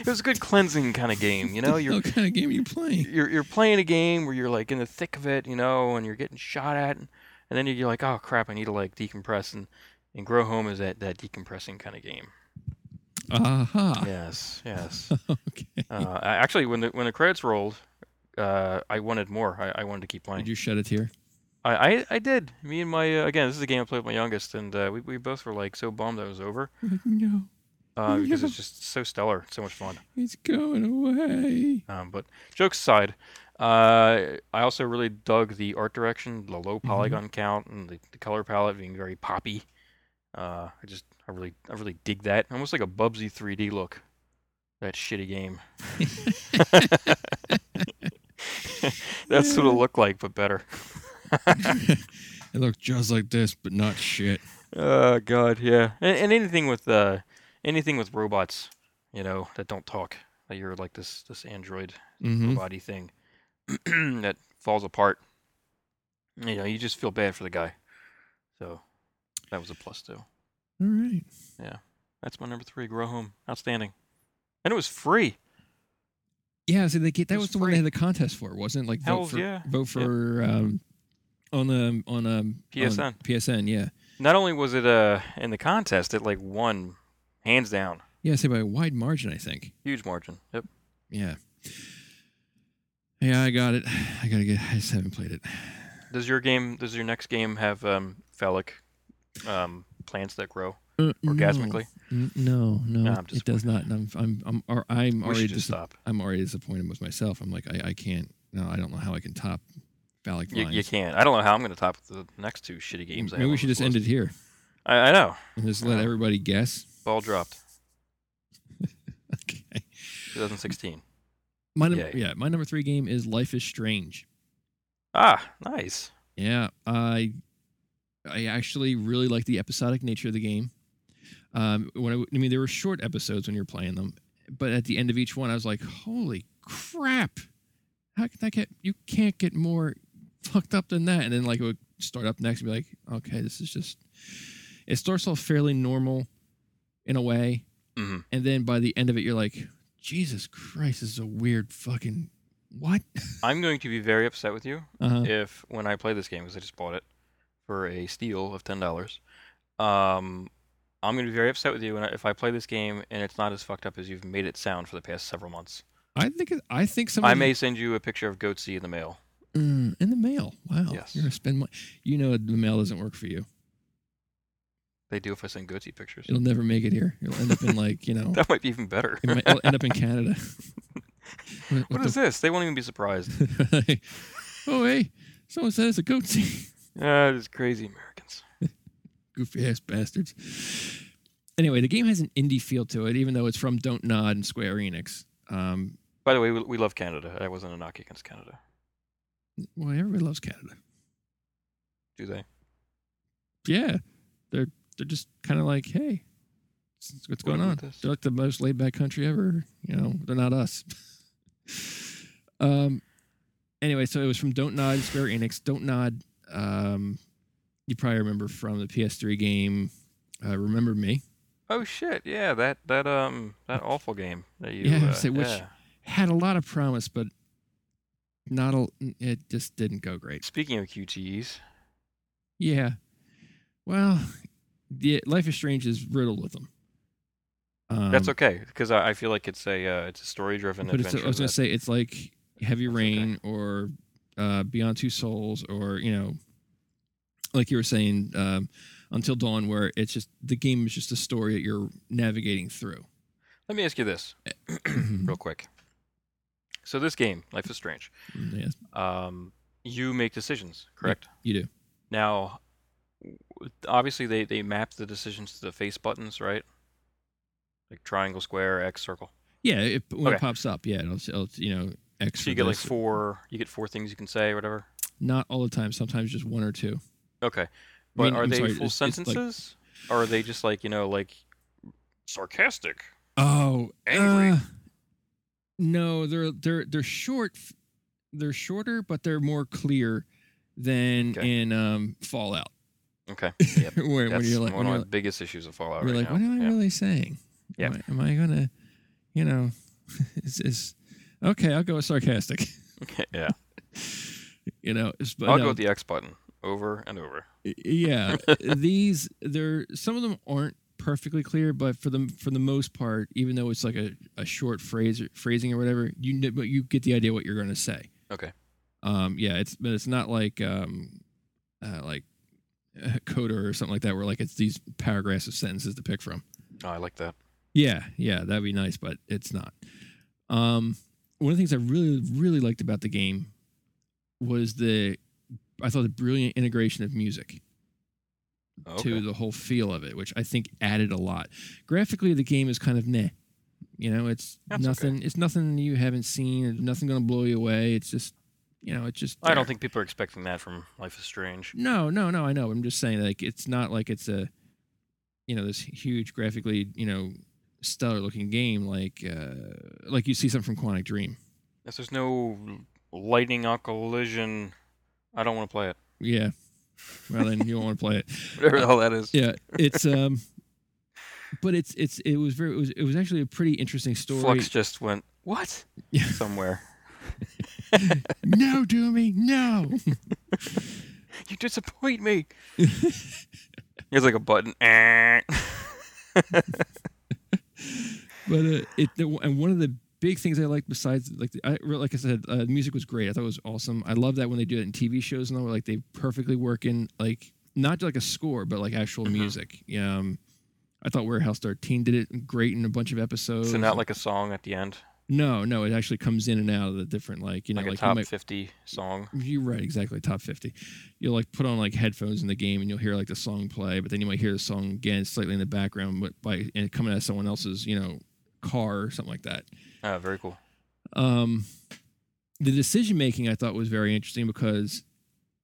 Speaker 2: It was a good cleansing kind of game. You know, you're
Speaker 1: what kind of game are you playing?
Speaker 2: you're you're playing a game where you're like in the thick of it, you know, and you're getting shot at, and, and then you're like, oh crap, I need to like decompress and and grow home is that that decompressing kind of game.
Speaker 1: Aha.
Speaker 2: Yes, yes.
Speaker 1: okay.
Speaker 2: Uh, I- actually, when the when the credits rolled, uh, I wanted more. I, I wanted to keep
Speaker 1: Did
Speaker 2: playing.
Speaker 1: you shed a tear?
Speaker 2: I, I, I did. Me and my uh, again, this is a game I played with my youngest, and uh, we we both were like so bummed that it was over
Speaker 1: No,
Speaker 2: uh, because
Speaker 1: Yeah.
Speaker 2: it's just so stellar, so much fun.
Speaker 1: it's going away.
Speaker 2: Um, but jokes aside, uh, I also really dug the art direction, the low polygon count, and the, the color palette being very poppy. Uh, I just I really I really dig that. Almost like a Bubsy 3D look. That shitty game. That's what it looked like, but better.
Speaker 1: it looked just like this, but not shit.
Speaker 2: Oh God, yeah. And, and anything with uh, anything with robots, you know, that don't talk. That you're like this this android
Speaker 1: Mm-hmm.
Speaker 2: body thing that falls apart. You know, you just feel bad for the guy. So that was a plus too.
Speaker 1: All right.
Speaker 2: That's my number three. Grow home, outstanding, and it was free.
Speaker 1: Yeah, so they get, that
Speaker 2: It
Speaker 1: was,
Speaker 2: was
Speaker 1: the one they
Speaker 2: free.
Speaker 1: had the contest for, wasn't it? Like vote
Speaker 2: Hells
Speaker 1: for
Speaker 2: yeah.
Speaker 1: vote for um, on um on um on
Speaker 2: PSN.
Speaker 1: PSN, yeah.
Speaker 2: Not only was it uh in the contest, it like won hands down,
Speaker 1: Yeah, say by a wide margin, I think.
Speaker 2: huge margin. Yep.
Speaker 1: Yeah. Yeah, I got it. I gotta get. I just haven't played it.
Speaker 2: Does your game? Does your next game have um phallic um plants that grow
Speaker 1: Uh, no.
Speaker 2: orgasmically?
Speaker 1: N- No, no,
Speaker 2: No, I'm
Speaker 1: it does not. And I'm, I'm, I'm, i I'm
Speaker 2: we
Speaker 1: already
Speaker 2: should just
Speaker 1: dis-
Speaker 2: stop.
Speaker 1: I'm already disappointed with myself. I'm like, I, I can't. No, I don't know how I can top phallic
Speaker 2: You,
Speaker 1: vines.
Speaker 2: you can't. I don't know how I'm going to top the next two shitty games. I
Speaker 1: Maybe
Speaker 2: have
Speaker 1: we
Speaker 2: on
Speaker 1: should
Speaker 2: this
Speaker 1: just end
Speaker 2: list.
Speaker 1: it here
Speaker 2: I, I know.
Speaker 1: and just let
Speaker 2: Yeah.
Speaker 1: everybody guess.
Speaker 2: Ball dropped.
Speaker 1: Okay.
Speaker 2: 2016.
Speaker 1: My num-
Speaker 2: Yay.
Speaker 1: yeah, my number three game is Life is Strange.
Speaker 2: Ah, nice.
Speaker 1: Yeah, I I actually really like the episodic nature of the game. Um, when I, I mean, there were short episodes when you're playing them, but at the end of each one, I was like, "Holy crap! How can I get? You can't get more fucked up than that." And then like it would start up next and be like, "Okay, this is just." It starts off fairly normal, in a way,
Speaker 2: Mhm.
Speaker 1: and then by the end of it, you're like, "Jesus Christ, this is a weird fucking what?"
Speaker 2: I'm going to be very upset with you
Speaker 1: Uh-huh.
Speaker 2: if when I play this game, because I just bought it for a steal of ten dollars. Um, I'm going to be very upset with you when I, if I play this game and it's not as fucked up as you've made it sound for the past several months.
Speaker 1: I think it- I think some.
Speaker 2: I
Speaker 1: of the-
Speaker 2: may send you a picture of Goatsy in the mail.
Speaker 1: Mm, in the mail. Wow.
Speaker 2: Yes.
Speaker 1: You're gonna spend money. You know the mail doesn't work for you.
Speaker 2: They do if I send Goatsy pictures.
Speaker 1: It'll never make it here. It'll end up in like you know.
Speaker 2: That might be even better.
Speaker 1: It might, it'll end up in Canada. What- what
Speaker 2: What is this? They won't even be surprised.
Speaker 1: the- oh hey, someone said it's a goat seed.
Speaker 2: Ah, these crazy Americans.
Speaker 1: Goofy ass bastards. Anyway, the game has an indie feel to it, even though it's from Don't Nod and Square Enix. Um,
Speaker 2: By the way, we, we love Canada. That wasn't a knock against Canada,
Speaker 1: well, everybody loves Canada.
Speaker 2: do they?
Speaker 1: Yeah, they're they're just kind of like, hey, what's- what's
Speaker 2: What
Speaker 1: going on?
Speaker 2: about this?
Speaker 1: They're like the most laid back country ever. You know, they're not us. um. Anyway, so it was from Don't Nod Square Enix. Don't Nod. Um, you probably remember from the PS3 game. Uh, remember me
Speaker 2: Oh shit! Yeah, that that um that awful game that you.
Speaker 1: Yeah,
Speaker 2: uh,
Speaker 1: so which-
Speaker 2: yeah.
Speaker 1: had a lot of promise, but not a. It just didn't go great.
Speaker 2: Speaking of QTEs,
Speaker 1: Yeah. Well, the Life is Strange is riddled with them. Um,
Speaker 2: that's okay because I, I feel like it's a uh, it's a story driven
Speaker 1: But it's,
Speaker 2: adventure.
Speaker 1: I was gonna
Speaker 2: that-
Speaker 1: say it's like Heavy
Speaker 2: That's okay.
Speaker 1: Rain or uh, Beyond Two Souls or you know, like you were saying, um, Until Dawn, where it's just the game is just a story that you're navigating through.
Speaker 2: Let me ask you this real quick. So this game, Life is Strange,
Speaker 1: yes,
Speaker 2: um, you make decisions, correct?
Speaker 1: you do.
Speaker 2: Now, w- obviously they they map the decisions to the face buttons, right? Like triangle, square, X, circle.
Speaker 1: Yeah, it, when it
Speaker 2: Okay.
Speaker 1: pops up, yeah, it'll, it'll you know X.
Speaker 2: So you
Speaker 1: for
Speaker 2: get like
Speaker 1: this.
Speaker 2: four. You get four things you can say, or whatever.
Speaker 1: Not all the time. Sometimes just one or two.
Speaker 2: Okay, but
Speaker 1: mean,
Speaker 2: are
Speaker 1: I'm
Speaker 2: they
Speaker 1: sorry,
Speaker 2: full
Speaker 1: it's- it's like-
Speaker 2: sentences? or are they just like you know like sarcastic?
Speaker 1: Oh,
Speaker 2: Angry.
Speaker 1: uh, no, they're they're they're short. They're shorter, but they're more clear than
Speaker 2: Okay.
Speaker 1: in um, Fallout.
Speaker 2: Okay, Yep.
Speaker 1: where when
Speaker 2: that's
Speaker 1: you're like,
Speaker 2: one
Speaker 1: when you're
Speaker 2: of
Speaker 1: like,
Speaker 2: my biggest issues of Fallout
Speaker 1: you're
Speaker 2: right
Speaker 1: like,
Speaker 2: now.
Speaker 1: what am I
Speaker 2: Yeah.
Speaker 1: really saying?
Speaker 2: Yeah.
Speaker 1: Am I, am I gonna, you know, is, is okay? I'll go with sarcastic.
Speaker 2: yeah,
Speaker 1: You know, it's- but
Speaker 2: I'll
Speaker 1: no,
Speaker 2: go with the X button over and over.
Speaker 1: yeah. these there some of them aren't perfectly clear, but for the for the most part, even though it's like a, a short phrase or phrasing or whatever, you kn- but you get the idea what you're gonna say.
Speaker 2: Okay.
Speaker 1: Um. Yeah. It's but it's not like um, uh, like. uh, Coder or something like that, where like it's these paragraphs of sentences to pick from.
Speaker 2: Oh, I like that.
Speaker 1: Yeah, yeah, that'd be nice, but it's not. Um, one of the things I really, really liked about the game was the, I thought the brilliant integration of music
Speaker 2: Okay.
Speaker 1: to the whole feel of it, which I think added a lot. Graphically, the game is kind of meh. You know, it's
Speaker 2: That's
Speaker 1: nothing. It's nothing you haven't seen. It's nothing going to blow you away. It's just, you know, it's just.
Speaker 2: I don't
Speaker 1: there.
Speaker 2: think people are expecting that from Life is Strange.
Speaker 1: No, no, no. I know. I'm just saying, like, it's not like it's a, you know, this huge graphically, you know, stellar looking game like, uh, like you see something from Quantic Dream.
Speaker 2: Yes, there's no lightning on collision. I don't want to play it.
Speaker 1: Yeah. Well, then you won't want to play it.
Speaker 2: Whatever the hell that is.
Speaker 1: Yeah, it's um, but it's it's it was very it was it was actually a pretty interesting story.
Speaker 2: Flux just went what?
Speaker 1: Yeah.
Speaker 2: Somewhere.
Speaker 1: no, Doomy, no.
Speaker 2: You disappoint me. There's like a button. Eh.
Speaker 1: but uh, it the, and one of the big things I liked besides like the, I re- like I said, uh, the music was great. I thought it was awesome. I love that when they do it in TV shows and all, where, like they perfectly work in like not like a score, but like actual
Speaker 2: Mhm.
Speaker 1: music. Um, I thought Warehouse 13 did it great in a bunch of episodes.
Speaker 2: so not like a song at the end.
Speaker 1: No, no, it actually comes in and out of the different like you know
Speaker 2: like,
Speaker 1: like,
Speaker 2: a
Speaker 1: you
Speaker 2: top
Speaker 1: might-
Speaker 2: 50 song.
Speaker 1: You're right, exactly. Top 50. You'll like put on like headphones in the game and you'll hear like the song play, but then you might hear the song again slightly in the background, but by and it coming out of someone else's, you know, car or something like that.
Speaker 2: Ah, very cool.
Speaker 1: Um, the decision making I thought was very interesting because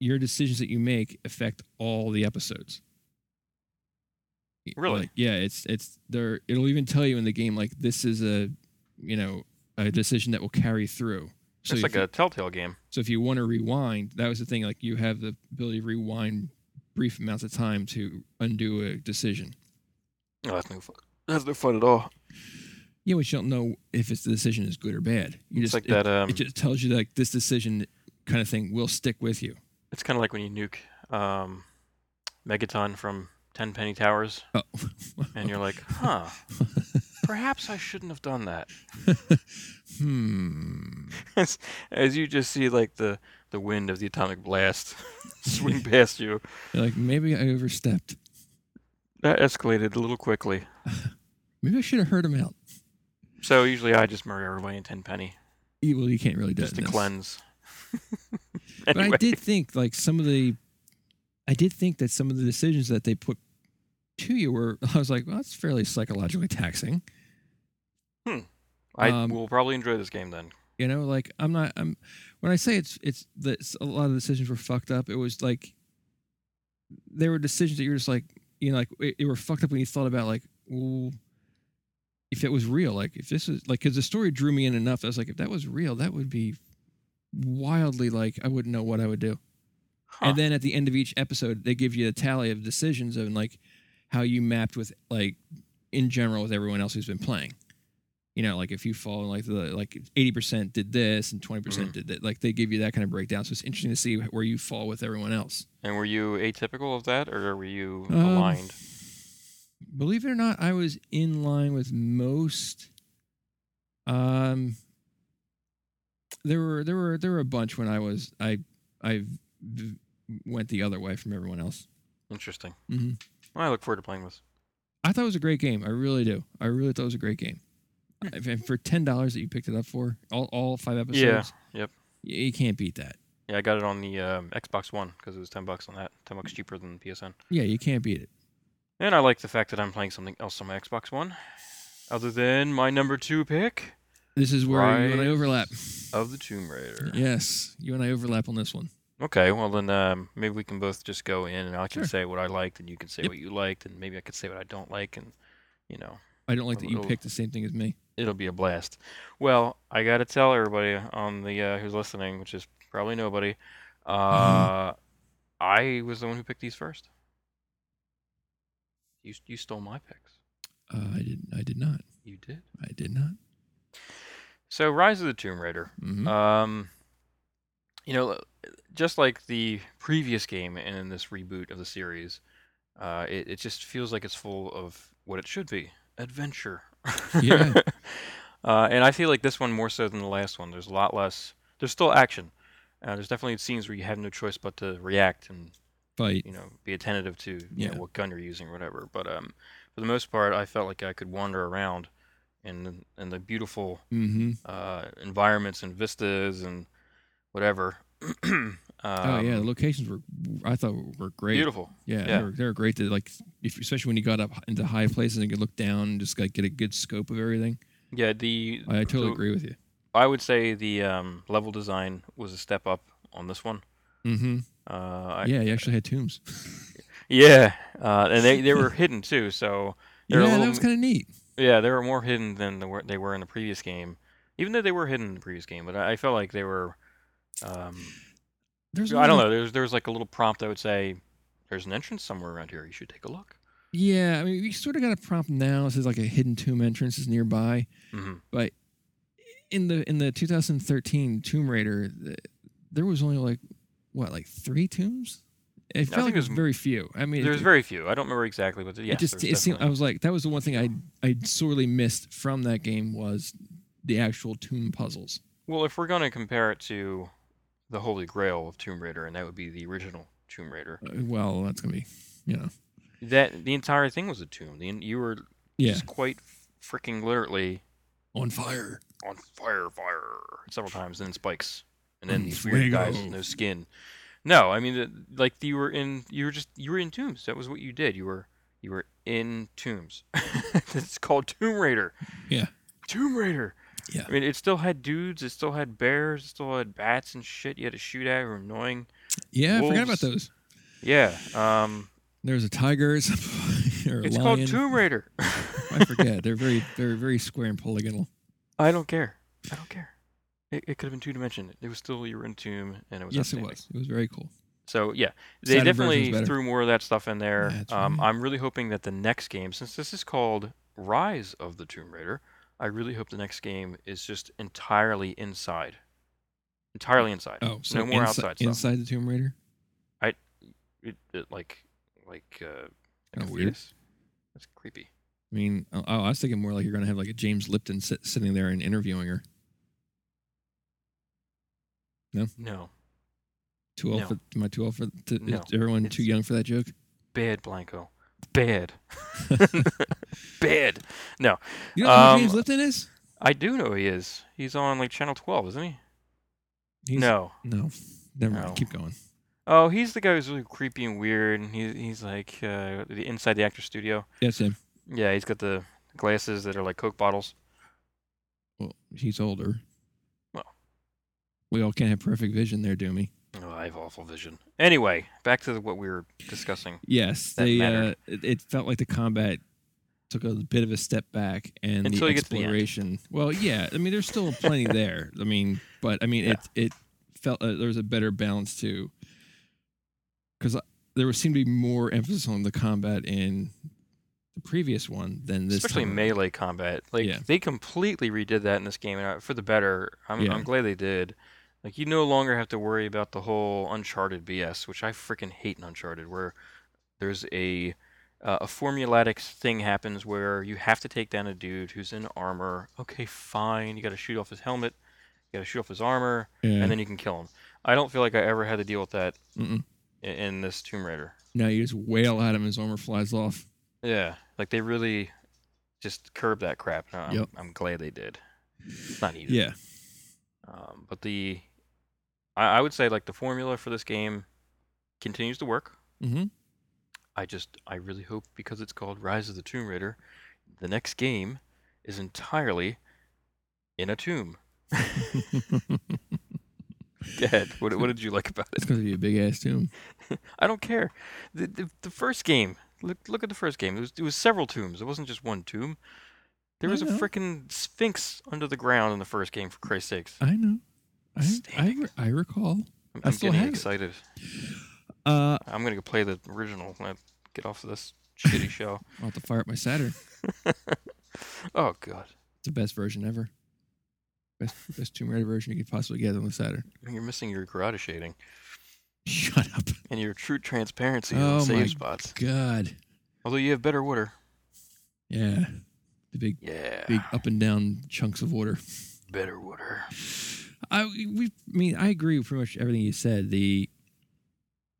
Speaker 1: your decisions that you make affect all the episodes.
Speaker 2: Really?
Speaker 1: Like, yeah, it's it's there. It'll even tell you in the game like this is a, you know, a decision that will carry through.
Speaker 2: it's
Speaker 1: if
Speaker 2: like
Speaker 1: you-
Speaker 2: a Telltale game.
Speaker 1: so if you want to rewind, that was the thing. Like you have the ability to rewind brief amounts of time to undo a decision.
Speaker 2: Oh, that's no fun. That's no fun at all.
Speaker 1: Yeah, but you don't know if it's the decision is good or bad. You
Speaker 2: it's
Speaker 1: just
Speaker 2: like
Speaker 1: it,
Speaker 2: that. Um,
Speaker 1: it just tells you like this decision kind of thing will stick with you.
Speaker 2: it's kind of like when you nuke um, Megaton from Ten Penny Towers,
Speaker 1: Oh,
Speaker 2: and you're like, huh, perhaps I shouldn't have done that.
Speaker 1: hmm.
Speaker 2: as, as you just see like the the wind of the atomic blast swing past you.
Speaker 1: You're like maybe I overstepped.
Speaker 2: That escalated a little quickly.
Speaker 1: Maybe I should have heard him out.
Speaker 2: So usually I just murder everybody in Tenpenny
Speaker 1: Yeah, Well, you can't really do
Speaker 2: just
Speaker 1: it
Speaker 2: to
Speaker 1: in this.
Speaker 2: cleanse.
Speaker 1: But I did think like some of the, I did think that some of the decisions that they put to you were I was like, well, that's fairly psychologically taxing.
Speaker 2: I
Speaker 1: um,
Speaker 2: will probably enjoy this game then.
Speaker 1: You know, like I'm not. I'm when I say it's it's that s- a lot of decisions were fucked up. It was like there were decisions that you're just like you know like it, it were fucked up when you thought about like well, if it was real, like if this is like because the story drew me in enough. that I was like, if that was real, that would be wildly like I wouldn't know what I would do.
Speaker 2: Huh.
Speaker 1: And then at the end of each episode, they give you a tally of decisions and like how you mapped with like in general with everyone else who's been playing. You know, like if you fall like the like eighty percent did this and twenty percent did that, like they give you that kind of breakdown. So it's interesting to see where you fall with everyone else.
Speaker 2: and were you atypical of that, or were you
Speaker 1: Um,
Speaker 2: aligned?
Speaker 1: Believe it or not, I was in line with most. Um, there were there were there were a bunch when I was I I v- went the other way from everyone else.
Speaker 2: Interesting.
Speaker 1: Mhm.
Speaker 2: Well, I look forward to playing this.
Speaker 1: I thought it was a great game. I really do. I really thought it was a great game.
Speaker 2: Hmm.
Speaker 1: If- And for ten dollars that you picked it up for, all, all five episodes.
Speaker 2: Yeah, yep.
Speaker 1: y- You can't beat that.
Speaker 2: Yeah, I got it on the um, Xbox One because it was ten bucks on that. Ten bucks cheaper than PSN.
Speaker 1: Yeah, you can't beat it.
Speaker 2: And I like the fact that I'm playing something else on my Xbox One, other than my number two pick
Speaker 1: This is where you and I
Speaker 2: Rise
Speaker 1: overlap.
Speaker 2: of the Tomb Raider.
Speaker 1: Yes, you and I overlap on this one.
Speaker 2: Okay, well then um, maybe we can both just go in, and I can
Speaker 1: Sure.
Speaker 2: say what I liked, and you can say
Speaker 1: Yep.
Speaker 2: what you liked, and maybe I could say what I don't like, and you know,
Speaker 1: I don't like
Speaker 2: A
Speaker 1: that you
Speaker 2: little-
Speaker 1: picked the same thing as me.
Speaker 2: it'll be a blast. Well, I gotta tell everybody on the uh, who's listening, which is probably nobody, uh, I was the one who picked these first. You s- you stole my picks.
Speaker 1: Uh, I did. I did not.
Speaker 2: You did.
Speaker 1: I did not.
Speaker 2: So, Rise of the Tomb Raider.
Speaker 1: Mhm.
Speaker 2: Um, you know, l- just like the previous game and in this reboot of the series, uh, it, it just feels like it's full of what it should be adventure.
Speaker 1: Yeah.
Speaker 2: uh, and I feel like this one more so than the last one. There's a lot less, there's still action. Uh, there's definitely scenes where you have no choice but to react and
Speaker 1: Fight.
Speaker 2: you know be attentive to you
Speaker 1: Yeah.
Speaker 2: know, what gun you're using or whatever. But um, for the most part, I felt like I could wander around in in the beautiful
Speaker 1: Mm-hmm.
Speaker 2: uh, environments and vistas and whatever. um,
Speaker 1: oh yeah, the locations were. I thought were great.
Speaker 2: beautiful.
Speaker 1: Yeah,
Speaker 2: Yeah.
Speaker 1: They, were, they were great. To like, if, especially when you got up into high places and could look down and just like get a good scope of everything.
Speaker 2: Yeah, the
Speaker 1: I, I totally
Speaker 2: the-
Speaker 1: agree with you.
Speaker 2: I would say the um, level design was a step up on this one.
Speaker 1: Mm-hmm.
Speaker 2: Uh, I,
Speaker 1: yeah, you actually had tombs.
Speaker 2: yeah, uh, and they, they were hidden too. So
Speaker 1: Yeah,
Speaker 2: they're a
Speaker 1: that
Speaker 2: little
Speaker 1: was
Speaker 2: m-
Speaker 1: kind of neat.
Speaker 2: yeah, they were more hidden than the, were- they were in the previous game, even though they were hidden in the previous game. But I, I felt like they were. Um,
Speaker 1: There's
Speaker 2: I don't
Speaker 1: another-
Speaker 2: know. There's there's like a little prompt that would say, "There's an entrance somewhere around here. You should take a look."
Speaker 1: Yeah, I mean, we sort of got a prompt now. It says like a hidden tomb entrance is nearby.
Speaker 2: hmm
Speaker 1: In the in the 2013 Tomb Raider, th- there was only like what like three tombs. It felt
Speaker 2: think
Speaker 1: like it
Speaker 2: it was
Speaker 1: was very few. I mean, it-
Speaker 2: There's very few. I don't remember exactly, but yes,
Speaker 1: it just
Speaker 2: there's
Speaker 1: it seemed.
Speaker 2: definitely-
Speaker 1: I was like, that was the one thing I I sorely missed from that game was the actual tomb puzzles.
Speaker 2: Well, if we're going to compare it to the Holy Grail of Tomb Raider, and that would be the original Tomb Raider,
Speaker 1: Uh, Well, that's gonna be, you know,
Speaker 2: that the entire thing was a tomb. The, en- you were
Speaker 1: yeah,
Speaker 2: just quite freaking literally
Speaker 1: on fire.
Speaker 2: on fire, fire several times, and then spikes, and then
Speaker 1: Mm,
Speaker 2: these weird guys with
Speaker 1: fuego.
Speaker 2: no skin. No, I mean, the, like you were in, you were just, you were in tombs. That was what you did. You were, you were in tombs. it's called Tomb Raider.
Speaker 1: Yeah.
Speaker 2: Tomb Raider.
Speaker 1: Yeah.
Speaker 2: I mean, it still had dudes. It still had bears. It still had bats and shit. You had to shoot at. Were annoying.
Speaker 1: Yeah, I forgot about
Speaker 2: Wolves.
Speaker 1: those.
Speaker 2: Yeah. Um.
Speaker 1: There's a tiger or something, or a
Speaker 2: It's
Speaker 1: lion.
Speaker 2: called Tomb Raider.
Speaker 1: I forget. They're very, they're very square and polygonal.
Speaker 2: I don't care. I don't care. It, it could have been two dimensional. It was still you were in tomb, and it was
Speaker 1: yes, it
Speaker 2: outstanding.
Speaker 1: was. It was very cool.
Speaker 2: So yeah, they
Speaker 1: Saturn version's
Speaker 2: definitely
Speaker 1: better.
Speaker 2: threw more of that stuff in there.
Speaker 1: That's
Speaker 2: um,
Speaker 1: right.
Speaker 2: I'm really hoping that the next game, since this is called Rise of the Tomb Raider, I really hope the next game is just entirely inside, entirely inside.
Speaker 1: Oh, so
Speaker 2: no more
Speaker 1: insi-
Speaker 2: outside stuff.
Speaker 1: inside the Tomb Raider.
Speaker 2: It, it, like, like, uh, like
Speaker 1: Kinda
Speaker 2: a
Speaker 1: weird.
Speaker 2: fetus. That's creepy.
Speaker 1: I mean, oh, I was thinking more like you're gonna have like a James Lipton sit, sitting there and interviewing her.
Speaker 2: No,
Speaker 1: Too old
Speaker 2: No.
Speaker 1: for am I too old for to, is
Speaker 2: No,
Speaker 1: everyone
Speaker 2: it's-
Speaker 1: too young for that joke?
Speaker 2: bad Blanco, bad, bad.
Speaker 1: You know who
Speaker 2: Um,
Speaker 1: James Lipton is?
Speaker 2: I do know he is. He's on like Channel 12, isn't he?
Speaker 1: He's-
Speaker 2: no.
Speaker 1: no, never mind.
Speaker 2: No.
Speaker 1: Keep going.
Speaker 2: Oh, he's the guy who's really creepy and weird, and he's he's like uh, the inside the actor studio.
Speaker 1: Yes, him.
Speaker 2: Yeah, he's got the glasses that are like Coke bottles.
Speaker 1: Well, he's older.
Speaker 2: Well.
Speaker 1: we all can't have perfect vision, there, Doomy.
Speaker 2: Oh, I have awful vision. Anyway, back to the, what we were discussing.
Speaker 1: Yes,
Speaker 2: That
Speaker 1: they. Uh,
Speaker 2: mattered.
Speaker 1: it, it felt like the combat took a bit of a step back, and
Speaker 2: Until
Speaker 1: the
Speaker 2: you get to the end.
Speaker 1: exploration. well, yeah, I mean, there's still plenty there. I mean, but I mean, it it felt uh, there was a better balance too, because there was seemed to be more emphasis on the combat in the previous one than this.
Speaker 2: Especially
Speaker 1: time.
Speaker 2: melee combat. Like
Speaker 1: Yeah.
Speaker 2: they completely redid that in this game, and I- for the better. I'm
Speaker 1: Yeah.
Speaker 2: I'm glad they did. Like you no longer have to worry about the whole Uncharted BS, which I freaking hate in Uncharted, where there's a uh, a formulatic thing happens where you have to take down a dude who's in armor. Okay, fine. You got to shoot off his helmet. You got to shoot off his armor,
Speaker 1: Yeah.
Speaker 2: and then you can kill him. I don't feel like I ever had to deal with that
Speaker 1: Mm-mm.
Speaker 2: i- in this Tomb Raider.
Speaker 1: now you just wail at him, his armor flies off.
Speaker 2: Yeah, like they really just curb that crap. and I'm,
Speaker 1: Yep.
Speaker 2: I'm glad they did. It's not needed.
Speaker 1: Yeah,
Speaker 2: Um, but the, I, I would say like the formula for this game continues to work.
Speaker 1: hmm
Speaker 2: I just I really hope because it's called Rise of the Tomb Raider, the next game is entirely in a tomb.
Speaker 1: Mm-hmm.
Speaker 2: Go ahead. What, what did you like about
Speaker 1: it's
Speaker 2: it?
Speaker 1: gonna be a big ass tomb.
Speaker 2: I don't care. The, the, the first game. Look look at the first game. It was, it was several tombs. It wasn't just one tomb. There
Speaker 1: I
Speaker 2: was a
Speaker 1: know.
Speaker 2: freaking sphinx under the ground in the first game. For Christ's sakes,
Speaker 1: I know. I, I,
Speaker 2: Standing.
Speaker 1: re- I recall.
Speaker 2: I'm,
Speaker 1: I
Speaker 2: I'm
Speaker 1: still
Speaker 2: getting
Speaker 1: have it.
Speaker 2: excited.
Speaker 1: Uh,
Speaker 2: I'm gonna go play the original when I get off of this shitty show.
Speaker 1: I'll have to fire up my Saturn.
Speaker 2: Oh god,
Speaker 1: It's the best version ever. Best best Tomb Raider version you could possibly get on the Saturn.
Speaker 2: you're missing your karate shading
Speaker 1: Shut up.
Speaker 2: and your true transparency on
Speaker 1: Oh
Speaker 2: the
Speaker 1: my
Speaker 2: save spots.
Speaker 1: God.
Speaker 2: Although you have better water.
Speaker 1: Yeah. The big
Speaker 2: Yeah.
Speaker 1: big up and down chunks of water.
Speaker 2: Better water.
Speaker 1: I we I mean I agree with pretty much everything you said. The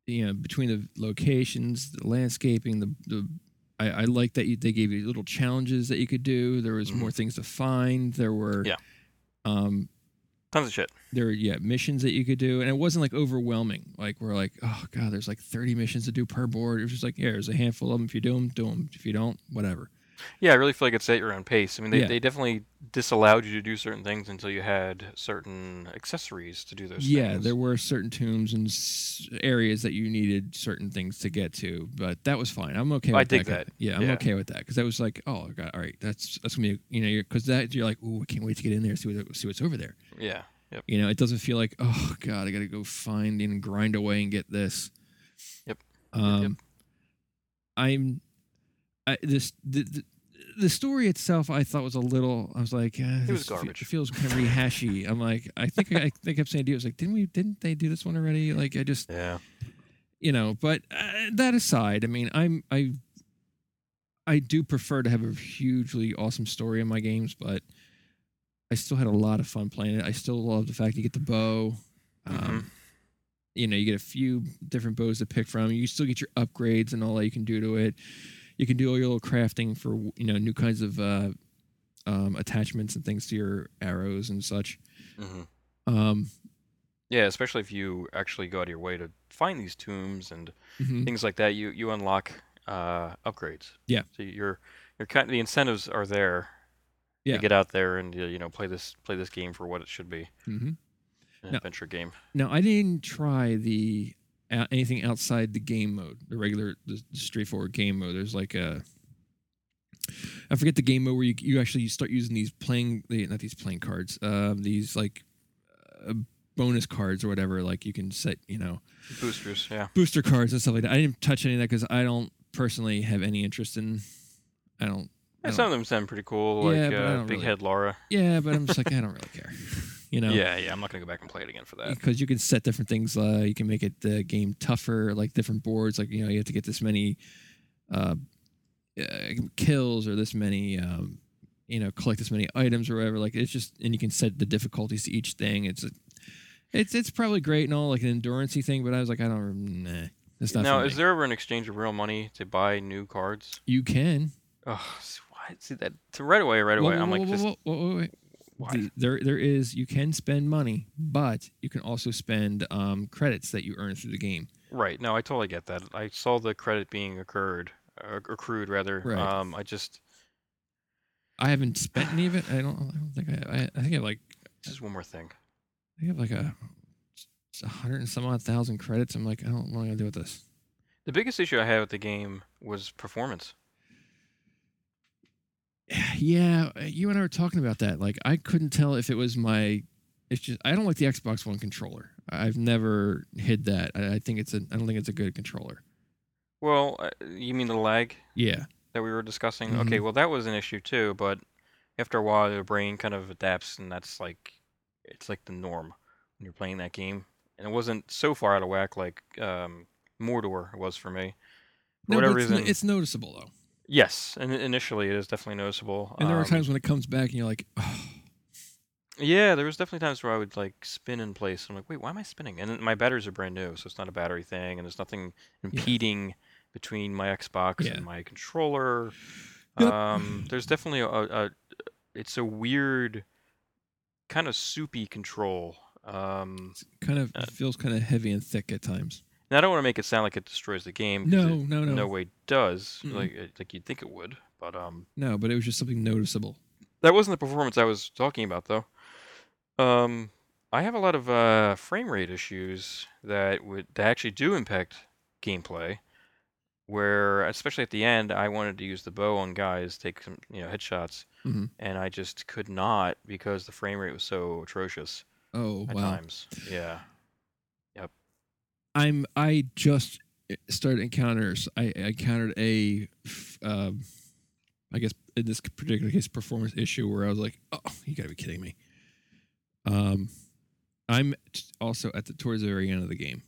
Speaker 1: you know between the locations, the landscaping, the the I, I like that you, they gave you little challenges that you could do. There was more things to find. There were
Speaker 2: Yeah.
Speaker 1: um
Speaker 2: Tons of shit.
Speaker 1: there were yeah missions that you could do, and it wasn't like overwhelming. Like we're like oh god, there's like 30 missions to do per board. It was just like yeah, there's a handful of them. If you do them, do them. If you don't, whatever.
Speaker 2: Yeah, I really feel like it's at your own pace. I mean, they,
Speaker 1: Yeah.
Speaker 2: they definitely disallowed you to do certain things until you had certain accessories to do those
Speaker 1: yeah,
Speaker 2: things.
Speaker 1: there were certain tombs and s- areas that you needed certain things to get to, but that was fine. I'm okay.
Speaker 2: I
Speaker 1: with
Speaker 2: dig
Speaker 1: that. kind-
Speaker 2: that.
Speaker 1: Yeah, I'm
Speaker 2: Yeah.
Speaker 1: okay with that because I was like, oh god, all right, that's that's gonna be you know because that you're like, oh, I can't wait to get in there, see what see what's over there.
Speaker 2: Yeah. Yep.
Speaker 1: You know, it doesn't feel like oh god, I gotta go find and grind away and get this.
Speaker 2: Yep.
Speaker 1: Um, I'm, I this the. the the story itself, I thought was a little. I was like, eh,
Speaker 2: It was
Speaker 1: this fe-
Speaker 2: garbage.
Speaker 1: It feels kind of rehashy. I'm like, I think I, I kept saying to you, I was like, didn't we? Didn't they do this one already? Like, I just,
Speaker 2: Yeah.
Speaker 1: you know. But uh, that aside, I mean, I'm I, I do prefer to have a hugely awesome story in my games, but I still had a lot of fun playing it. I still love the fact you get the bow. Um, you know you get a few different bows to pick from you still get your upgrades and all that you can do to it you can do all your little crafting for you know new kinds of uh um, attachments and things to your arrows and such.
Speaker 2: Mhm.
Speaker 1: Um,
Speaker 2: Yeah, especially if you actually go out of your way to find these tombs and
Speaker 1: mhm.
Speaker 2: things like that, you you unlock uh, upgrades.
Speaker 1: Yeah.
Speaker 2: So you're you're kind the incentives are there.
Speaker 1: Yeah.
Speaker 2: To get out there and uh, you know play this play this game for what it should be,
Speaker 1: Mhm.
Speaker 2: an
Speaker 1: No.
Speaker 2: adventure game.
Speaker 1: Now I didn't try the uh, anything outside the game mode, the regular, the, the straightforward game mode. There's like a I forget the game mode where you, you actually start using these playing the- not these playing cards, uh, these like uh, bonus cards or whatever. Like you can set you know
Speaker 2: Boosters, yeah.
Speaker 1: booster cards and stuff like that. I didn't touch any of that because I don't personally have any interest in. I don't. I
Speaker 2: Yeah,
Speaker 1: don't-
Speaker 2: some of them sound pretty cool, like
Speaker 1: Yeah, but I
Speaker 2: uh,
Speaker 1: don't
Speaker 2: Big
Speaker 1: really-
Speaker 2: Head Laura.
Speaker 1: Yeah, but I'm just like I don't really care. You know.
Speaker 2: Yeah, yeah. I'm not gonna go back and play it again for that.
Speaker 1: because you can set different things. Uh, you can make it the game tougher, like different boards. Like you know, you have to get this many uh, uh, kills or this many, um, you know, collect this many items or whatever. Like it's just, and you can set the difficulties to each thing. It's a, it's it's probably great and all, like an endurancey thing. But I was like, I don't, nah, that's not.
Speaker 2: Now,
Speaker 1: for
Speaker 2: is
Speaker 1: me.
Speaker 2: there ever an exchange of real money to buy new cards?
Speaker 1: You can.
Speaker 2: Oh, why? See that to right away, right away.
Speaker 1: Whoa,
Speaker 2: I'm
Speaker 1: whoa,
Speaker 2: like,
Speaker 1: whoa,
Speaker 2: just
Speaker 1: whoa, whoa, whoa, wait.
Speaker 2: why?
Speaker 1: The- there there is you can spend money, but you can also spend um, credits that you earn through the game.
Speaker 2: Right. No, I totally get that. I saw the credit being occurred, uh, accrued rather.
Speaker 1: Right.
Speaker 2: Um, I just
Speaker 1: I haven't spent any of it. I don't. I don't think I. I, I think I have like.
Speaker 2: this is one more thing.
Speaker 1: I think I have like a, a hundred and some odd thousand credits. I'm like, I don't. What am I gonna do with this?
Speaker 2: The biggest issue I had with the game was performance.
Speaker 1: Yeah, you and I were talking about that. Like, I couldn't tell if it was my. It's just I don't like the Xbox One controller. I- I've never hid that. I, I think it's a. I don't think it's a good controller.
Speaker 2: Well, uh, you mean the lag
Speaker 1: Yeah.
Speaker 2: that we were discussing?
Speaker 1: Mm-hmm.
Speaker 2: Okay, well that was an issue too, but after a while your brain kind of adapts, and that's like it's like the norm when you're playing that game. And it wasn't so far out of whack like um, Mordor was for me. For
Speaker 1: No, but
Speaker 2: whatever
Speaker 1: it's,
Speaker 2: reason,
Speaker 1: it's noticeable though.
Speaker 2: yes, and initially it is definitely noticeable.
Speaker 1: And there are
Speaker 2: um,
Speaker 1: times when it comes back and you're like, oh,
Speaker 2: Yeah, there was definitely times where I would like spin in place. I'm like, wait, why am I spinning? And then my batteries are brand new, so it's not a battery thing, and there's nothing impeding between my Xbox
Speaker 1: Yeah.
Speaker 2: and my controller.
Speaker 1: Yep.
Speaker 2: Um, there's definitely a, a it's a weird kind of soupy control. Um,
Speaker 1: kind of
Speaker 2: Uh,
Speaker 1: feels kind of heavy and thick at times.
Speaker 2: and I don't want to make it sound like it destroys the game. 'cause
Speaker 1: No,
Speaker 2: it
Speaker 1: no, no,
Speaker 2: no
Speaker 1: no,
Speaker 2: way does.
Speaker 1: Mm-mm.
Speaker 2: Like it- like you'd think it would, but um,
Speaker 1: no. But it was just something noticeable.
Speaker 2: that wasn't the performance I was talking about though. Um, I have a lot of uh, frame rate issues that would that actually do impact gameplay. Where especially at the end, I wanted to use the bow on guys, take some you know headshots,
Speaker 1: Mhm.
Speaker 2: and I just could not because the frame rate was so atrocious
Speaker 1: Oh
Speaker 2: at
Speaker 1: wow.
Speaker 2: times. Yeah,
Speaker 1: I'm I just eh, started encounters. I, I encountered a, f- um, I guess in this particular case, performance issue where I was like, oh, you gotta be kidding me. Um, I'm t- also at the towards the very end of the game,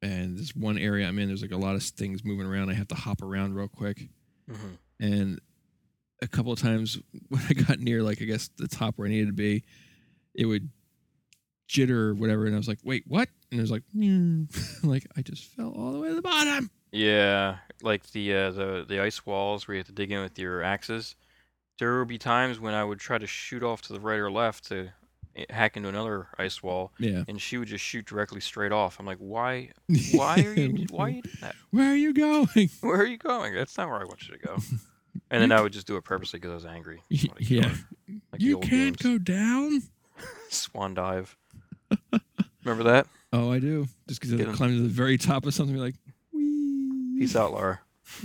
Speaker 1: and this one area I'm in, there's like a lot of things moving around. I have to hop around real quick,
Speaker 2: hmm
Speaker 1: and a couple of times when I got near, like I guess the top where I needed to be, it would jitter or whatever, and I was like, "Wait, what?" And it was like, "Nyeh." "Like I just fell all the way to the bottom."
Speaker 2: yeah. Like the uh, the the ice walls where you have to dig in with your axes. There would be times when I would try to shoot off to the right or left to eh, hack into another ice wall,
Speaker 1: Yeah.
Speaker 2: and she would just shoot directly straight off. I'm like, why? Why are you? why are you doing that?
Speaker 1: Where are you going?
Speaker 2: Where are you going? That's not where I want you to go. And then I would just do it purposely because I was angry. I wanted to kill
Speaker 1: yeah.
Speaker 2: her, like the
Speaker 1: You
Speaker 2: old
Speaker 1: can't go
Speaker 2: games.
Speaker 1: down.
Speaker 2: Swan dive. Remember that?
Speaker 1: Oh, I do. Just because I
Speaker 2: Get 'em.
Speaker 1: climbed to the very top of something, like, "Wee."
Speaker 2: Peace out, Laura.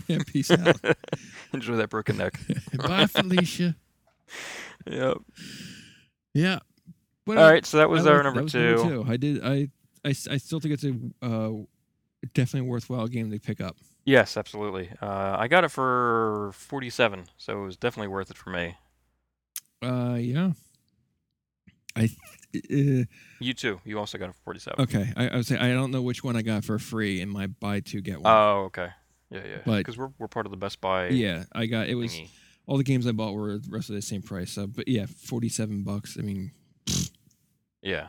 Speaker 1: Yeah, peace out.
Speaker 2: Enjoy that broken neck.
Speaker 1: Bye, Felicia.
Speaker 2: yep.
Speaker 1: Yeah. What
Speaker 2: All
Speaker 1: else?
Speaker 2: right, so that was
Speaker 1: I
Speaker 2: our
Speaker 1: like-
Speaker 2: number
Speaker 1: that was
Speaker 2: two.
Speaker 1: I did. I, I. s- I still think it's a uh, definitely worthwhile game to pick up.
Speaker 2: Yes, absolutely. Uh, I got it for 47, so it was definitely worth it for me.
Speaker 1: Uh, yeah. I. th-
Speaker 2: You too. You also got it for 47.
Speaker 1: Uh, okay, I, I would say I don't know which one I got for free in my buy two get one.
Speaker 2: Oh, okay. Yeah, yeah.
Speaker 1: But-
Speaker 2: Because we're, we're part of the Best Buy
Speaker 1: yeah, I got it was
Speaker 2: Oh, thingy.
Speaker 1: all the games I bought were roughly the same price. So, but yeah, forty seven bucks. I mean,
Speaker 2: Yeah.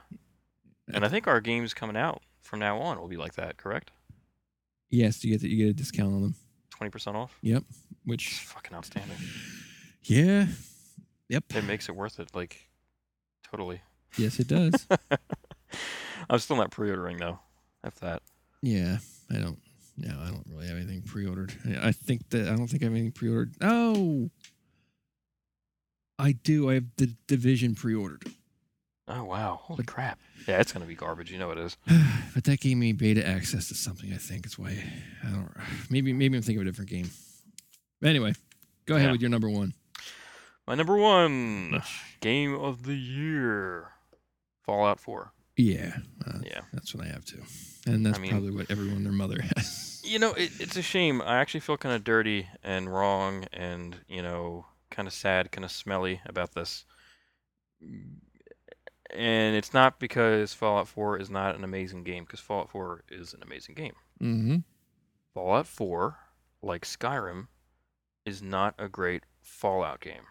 Speaker 2: And I think our games coming out from now on will be like that, correct?
Speaker 1: yes, you get the, you get a discount on them,
Speaker 2: 20% off?
Speaker 1: which
Speaker 2: Fucking outstanding.
Speaker 1: yeah, Yep.
Speaker 2: It makes it worth it, like totally.
Speaker 1: Yes, it does.
Speaker 2: I'm still not pre-ordering though. F that.
Speaker 1: yeah. I don't. No, I don't really have anything pre-ordered. I- I think that I don't think I have anything pre-ordered. Oh, I do. I have the division pre-ordered,
Speaker 2: Oh wow! Holy
Speaker 1: But-
Speaker 2: crap! Yeah, it's gonna be garbage. You know it is.
Speaker 1: but that gave me beta access to something. I think it's why I don't. Maybe maybe I'm thinking of a different game. Anyway, go ahead
Speaker 2: Yeah.
Speaker 1: with your number one.
Speaker 2: My number one game of the year, Fallout 4.
Speaker 1: Yeah. Uh,
Speaker 2: Yeah.
Speaker 1: That's what I have too, and that's
Speaker 2: I mean-
Speaker 1: probably what everyone their mother has.
Speaker 2: You know, it, it's a shame. I actually feel kind of dirty and wrong, and you know, kind of sad, kind of smelly about this. And it's not because Fallout 4 is not an amazing game, because Fallout 4 is an amazing game.
Speaker 1: mm-hmm.
Speaker 2: Fallout 4, like Skyrim, is not a great Fallout game.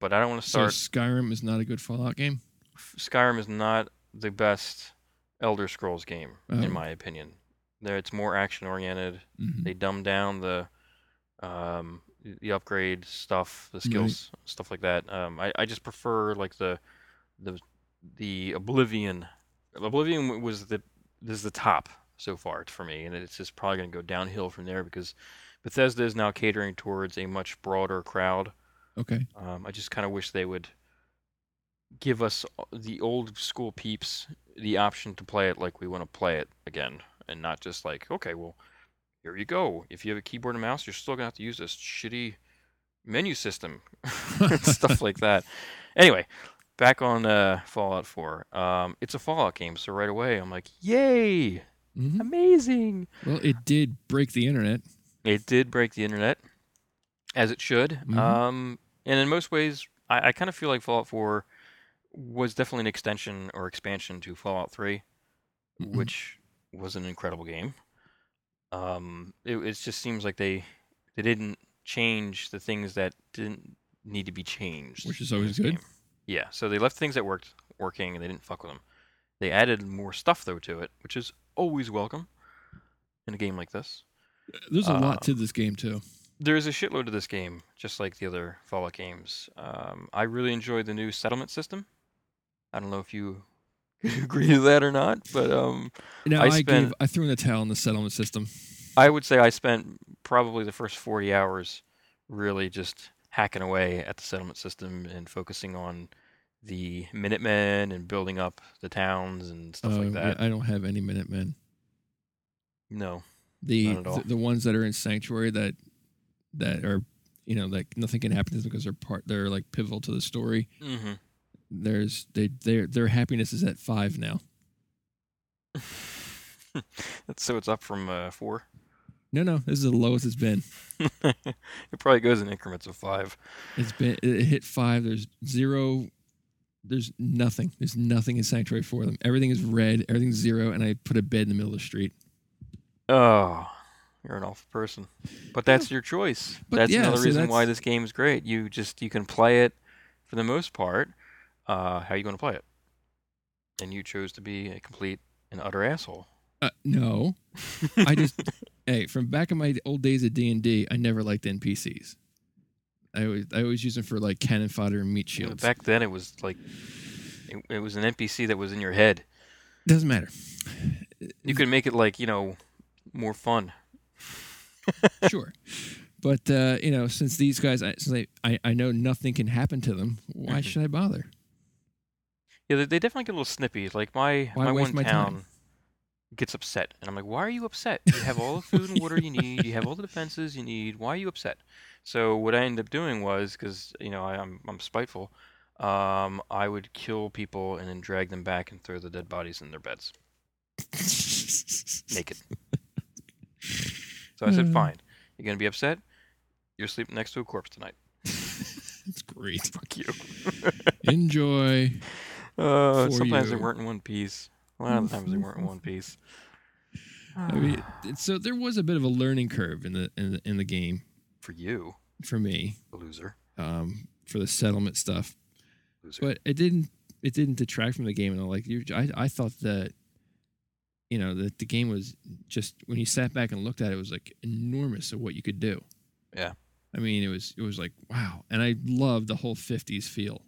Speaker 2: But I don't want to
Speaker 1: So
Speaker 2: start.
Speaker 1: Skyrim is not a good Fallout game.
Speaker 2: F- Skyrim is not the best Elder Scrolls game,
Speaker 1: Oh.
Speaker 2: in my opinion. There, it's more action oriented.
Speaker 1: Mhm.
Speaker 2: They dumb down the um, the upgrade stuff, the
Speaker 1: Right.
Speaker 2: skills, stuff like that. Um, I, I just prefer like the the the Oblivion. Oblivion w- was the is the top so far for me, and it's just probably going to go downhill from there because Bethesda is now catering towards a much broader crowd.
Speaker 1: Okay.
Speaker 2: Um, I just kind of wish they would give us o- the old school peeps the option to play it like we want to play it again, and not just like, okay, well, here you go. If you have a keyboard and mouse, you're still gonna have to use this shitty menu system and stuff like that. Anyway, back on uh, Fallout 4. Um, it's a Fallout game, so right away I'm like, yay,
Speaker 1: hmm
Speaker 2: amazing.
Speaker 1: Well, it did break the internet.
Speaker 2: It did break the internet, as it should.
Speaker 1: Mhm.
Speaker 2: Um, and in most ways, I, I kind of feel like Fallout 4 was definitely an extension or expansion to Fallout 3,
Speaker 1: Mhm.
Speaker 2: which was an incredible game. Um, it, it just seems like they they didn't change the things that didn't need to be changed.
Speaker 1: Which is
Speaker 2: in
Speaker 1: always
Speaker 2: this
Speaker 1: good.
Speaker 2: game. Yeah, so they left things that worked working, and they didn't fuck with them. They added more stuff though to it, which is always welcome in a game like this.
Speaker 1: There's a lot
Speaker 2: Uh,
Speaker 1: to this game too.
Speaker 2: There's a shitload of this game, just like the other Fallout games. Um, I really enjoy the new settlement system. I don't know if you agree with that or not, but um,
Speaker 1: Now I,
Speaker 2: I
Speaker 1: gave
Speaker 2: spent-
Speaker 1: I threw in the towel in the settlement system.
Speaker 2: I would say I spent probably the first 40 hours really just hacking away at the settlement system and focusing on the Minutemen and building up the towns and stuff
Speaker 1: Uh,
Speaker 2: like that.
Speaker 1: I don't have any Minutemen.
Speaker 2: No.
Speaker 1: The,
Speaker 2: Not at all.
Speaker 1: the the ones that are in sanctuary that that are you know like nothing can happen to them because they're part they're like pivotal to the story.
Speaker 2: hmm
Speaker 1: There's they their their happiness is at five now.
Speaker 2: so it's up from uh, four.
Speaker 1: No, no, this is the lowest it's been.
Speaker 2: it probably goes in increments of five.
Speaker 1: It's been it it hit five. There's zero. There's nothing. There's nothing in sanctuary for them. Everything is red. Everything's zero. And I put a bed in the middle of the street.
Speaker 2: Oh, you're an awful person. But that's your choice.
Speaker 1: But
Speaker 2: that's
Speaker 1: yeah,
Speaker 2: another
Speaker 1: so
Speaker 2: reason why
Speaker 1: that's-
Speaker 2: this game's great. You just you can play it for the most part. Uh, how you going to play it? And you chose to be a complete and utter asshole.
Speaker 1: Uh, no, I just hey from back in my old days at D and D, I never liked NPCs. I always I always use them for like cannon fodder and meat
Speaker 2: You know,
Speaker 1: shields.
Speaker 2: Back then, it was like it, it was an NPC that was in your head.
Speaker 1: Doesn't matter.
Speaker 2: You could make it like you know more fun.
Speaker 1: sure. But uh, you know, since these guys, I, since I, I I know nothing can happen to them. Why
Speaker 2: Mhm.
Speaker 1: should I bother?
Speaker 2: Yeah, they, they definitely get a little snippy. Like my
Speaker 1: Why
Speaker 2: my
Speaker 1: waste
Speaker 2: one
Speaker 1: my
Speaker 2: town
Speaker 1: time?
Speaker 2: gets upset, and I'm like, "Why are you upset? You have all the food and water you need. You have all the defenses you need. Why are you upset?" So what I ended up doing was, because you know I, I'm I'm spiteful, um, I would kill people and then drag them back and throw the dead bodies in their beds naked. so I said,
Speaker 1: Uh.
Speaker 2: "Fine, you're gonna be upset. You're sleeping next to a corpse tonight.
Speaker 1: It's great.
Speaker 2: Fuck you."
Speaker 1: Enjoy.
Speaker 2: Uh,
Speaker 1: For
Speaker 2: sometimes they
Speaker 1: you.
Speaker 2: weren't in one piece. A lot of the times they weren't in one piece.
Speaker 1: I mean, so there was a bit of a learning curve in the in the, in the game
Speaker 2: for you,
Speaker 1: for me
Speaker 2: loser,
Speaker 1: um, for the settlement stuff,
Speaker 2: loser.
Speaker 1: but it didn't it didn't detract from the game at all. Like you, I I thought that you know that the game was just when you sat back and looked at it, it was like enormous of what you could do.
Speaker 2: Yeah.
Speaker 1: I mean, it was it was like wow, and I love the whole '50s feel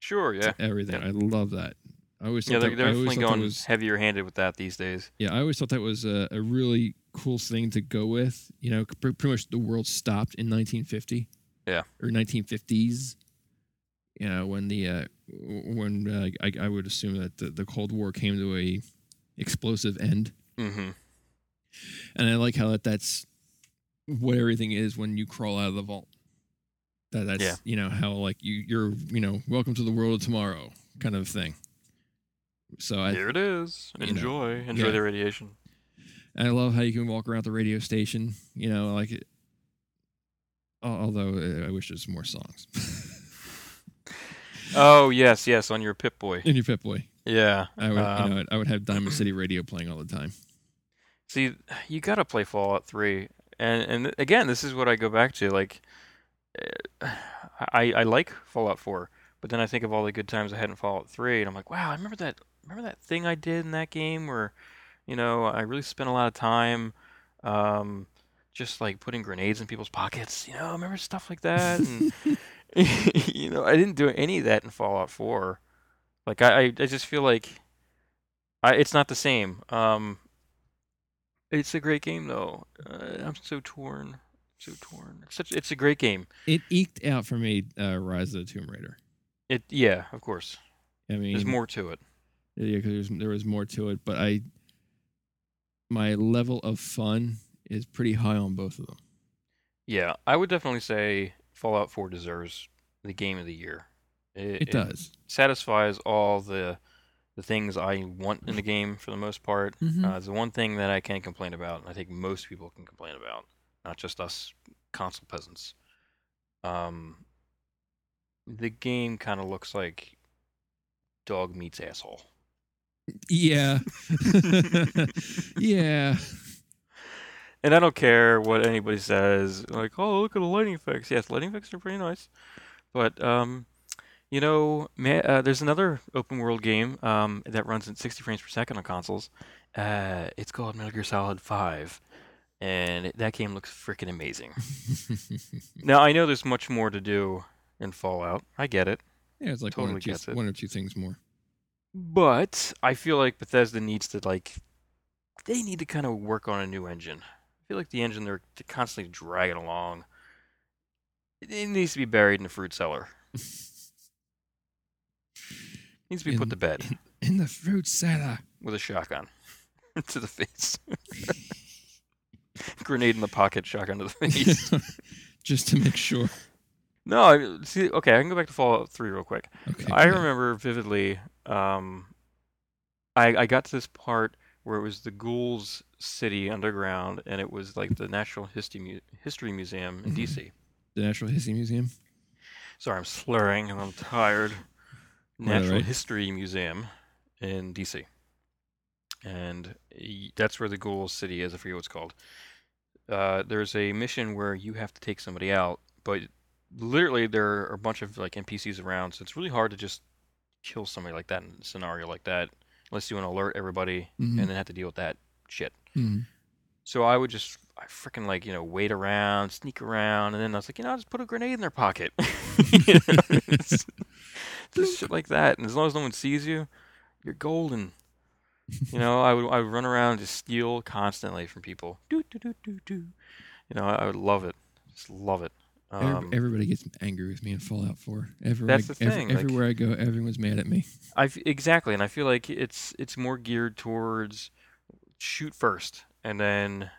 Speaker 2: Sure, yeah.
Speaker 1: to everything.
Speaker 2: Yeah.
Speaker 1: I love that. I always thought
Speaker 2: Yeah, they're,
Speaker 1: that,
Speaker 2: they're
Speaker 1: I always
Speaker 2: definitely
Speaker 1: thought that
Speaker 2: going
Speaker 1: was
Speaker 2: heavier handed with that these days.
Speaker 1: yeah, I always thought that was a, a really cool thing to go with. You know, pr- pretty much the world stopped in 1950.
Speaker 2: Yeah.
Speaker 1: Or 1950s. You know, when the uh, w- when uh, I, I would assume that the, the Cold War came to a explosive end,
Speaker 2: Mm-hmm.
Speaker 1: and I like how that that's what everything is when you crawl out of the vault. That that's
Speaker 2: Yeah.
Speaker 1: you know how like you you're you know welcome to the world of tomorrow kind of thing. So I,
Speaker 2: Here it is.
Speaker 1: you know,
Speaker 2: Enjoy. Enjoy
Speaker 1: yeah.
Speaker 2: the radiation.
Speaker 1: I love how you can walk around the radio station. You know, like it. al- Although uh, I wish there's more songs
Speaker 2: Oh yes, yes, on your Pip Boy.
Speaker 1: in your Pip Boy.
Speaker 2: Yeah.
Speaker 1: I would,
Speaker 2: um,
Speaker 1: you know, I would have Diamond City Radio playing all the time.
Speaker 2: See, you gotta play Fallout Three, and and th- again, this is what I go back to. Like, eh, I I like Fallout Four, but then I think of all the good times I had in Fallout Three, and I'm like, wow, I remember that. Remember that thing I did in that game where, you know, I really spent a lot of time, um, just like putting grenades in people's pockets. You know, remember stuff like that, and you know, I didn't do any of that in Fallout Four. Like, I I, I just feel like, I it's not the same. Um. It's a great game though. Uh, I'm so torn. So torn. It's such. It's a great game.
Speaker 1: It eked out for me uh, Rise of the Tomb Raider.
Speaker 2: It. Yeah. Of course.
Speaker 1: I mean,
Speaker 2: There's more to it.
Speaker 1: Yeah, 'cause there's, there was more to it, but I, my level of fun is pretty high on both of them.
Speaker 2: Yeah. I would definitely say Fallout 4 deserves the game of the year. It,
Speaker 1: It does.
Speaker 2: satisfies all the the things I want in the game for the most part.
Speaker 1: Mhm.
Speaker 2: Uh, it's the one thing that I can't complain about, and I think most people can complain about, not just us console peasants. Um, the game kind of looks like dog meets asshole.
Speaker 1: Yeah. yeah.
Speaker 2: And I don't care what anybody says. Like, oh, look at the lighting effects. Yes, lighting effects are pretty nice. But, um, you know, ma uh, there's another open world game um, that runs at 60 frames per second on consoles. Uh, it's called Metal Gear Solid 5. And it- that game looks freaking amazing. Now, I know there's much more to do in Fallout. I get it.
Speaker 1: yeah, it's like one,
Speaker 2: Totally
Speaker 1: or two,
Speaker 2: gets it.
Speaker 1: one or two things more.
Speaker 2: But I feel like Bethesda needs to, like, they need to kind of work on a new engine. I feel like the engine they're, they're constantly dragging along. It, it needs to be buried in a fruit cellar. needs to be put
Speaker 1: In-
Speaker 2: to bed
Speaker 1: in the fruit cellar.
Speaker 2: with a shotgun to the face. Grenade in the pocket, shotgun to the face.
Speaker 1: Just to make sure.
Speaker 2: no, I, see, okay, I can go back to Fallout 3 real quick.
Speaker 1: Okay.
Speaker 2: I
Speaker 1: yeah.
Speaker 2: remember vividly. Um, I I got to this part where it was the Ghouls City underground, and it was like the National History Mu- History Museum in
Speaker 1: Mhm.
Speaker 2: D.C.
Speaker 1: the Natural History Museum.
Speaker 2: Sorry, I'm slurring and I'm tired.
Speaker 1: Quite all
Speaker 2: Natural
Speaker 1: right.
Speaker 2: History Museum in D.C. And y- that's where the Ghouls City is. I forget what it's called. Uh, there's a mission where you have to take somebody out, but literally there are a bunch of like NPCs around, so it's really hard to just kill somebody like that in a scenario like that, unless you want to alert everybody
Speaker 1: Mhm.
Speaker 2: and then have to deal with that shit.
Speaker 1: Mhm.
Speaker 2: So I would just, I freaking like, you know, wait around, sneak around, and then I was like, you know, I'll just put a grenade in their pocket. You know, it's- just shit like that. And as long as no one sees you, you're golden. You know, I would I would run around and just steal constantly from people. Do do do do do. You know, I, I would love it, just love it.
Speaker 1: Every-
Speaker 2: Um,
Speaker 1: everybody gets angry with me in Fallout 4. Everywhere,
Speaker 2: That's
Speaker 1: I,
Speaker 2: the
Speaker 1: ev-
Speaker 2: thing, like-
Speaker 1: everywhere I go, everyone's mad at me.
Speaker 2: I f- exactly, and I feel like it's it's more geared towards shoot first and then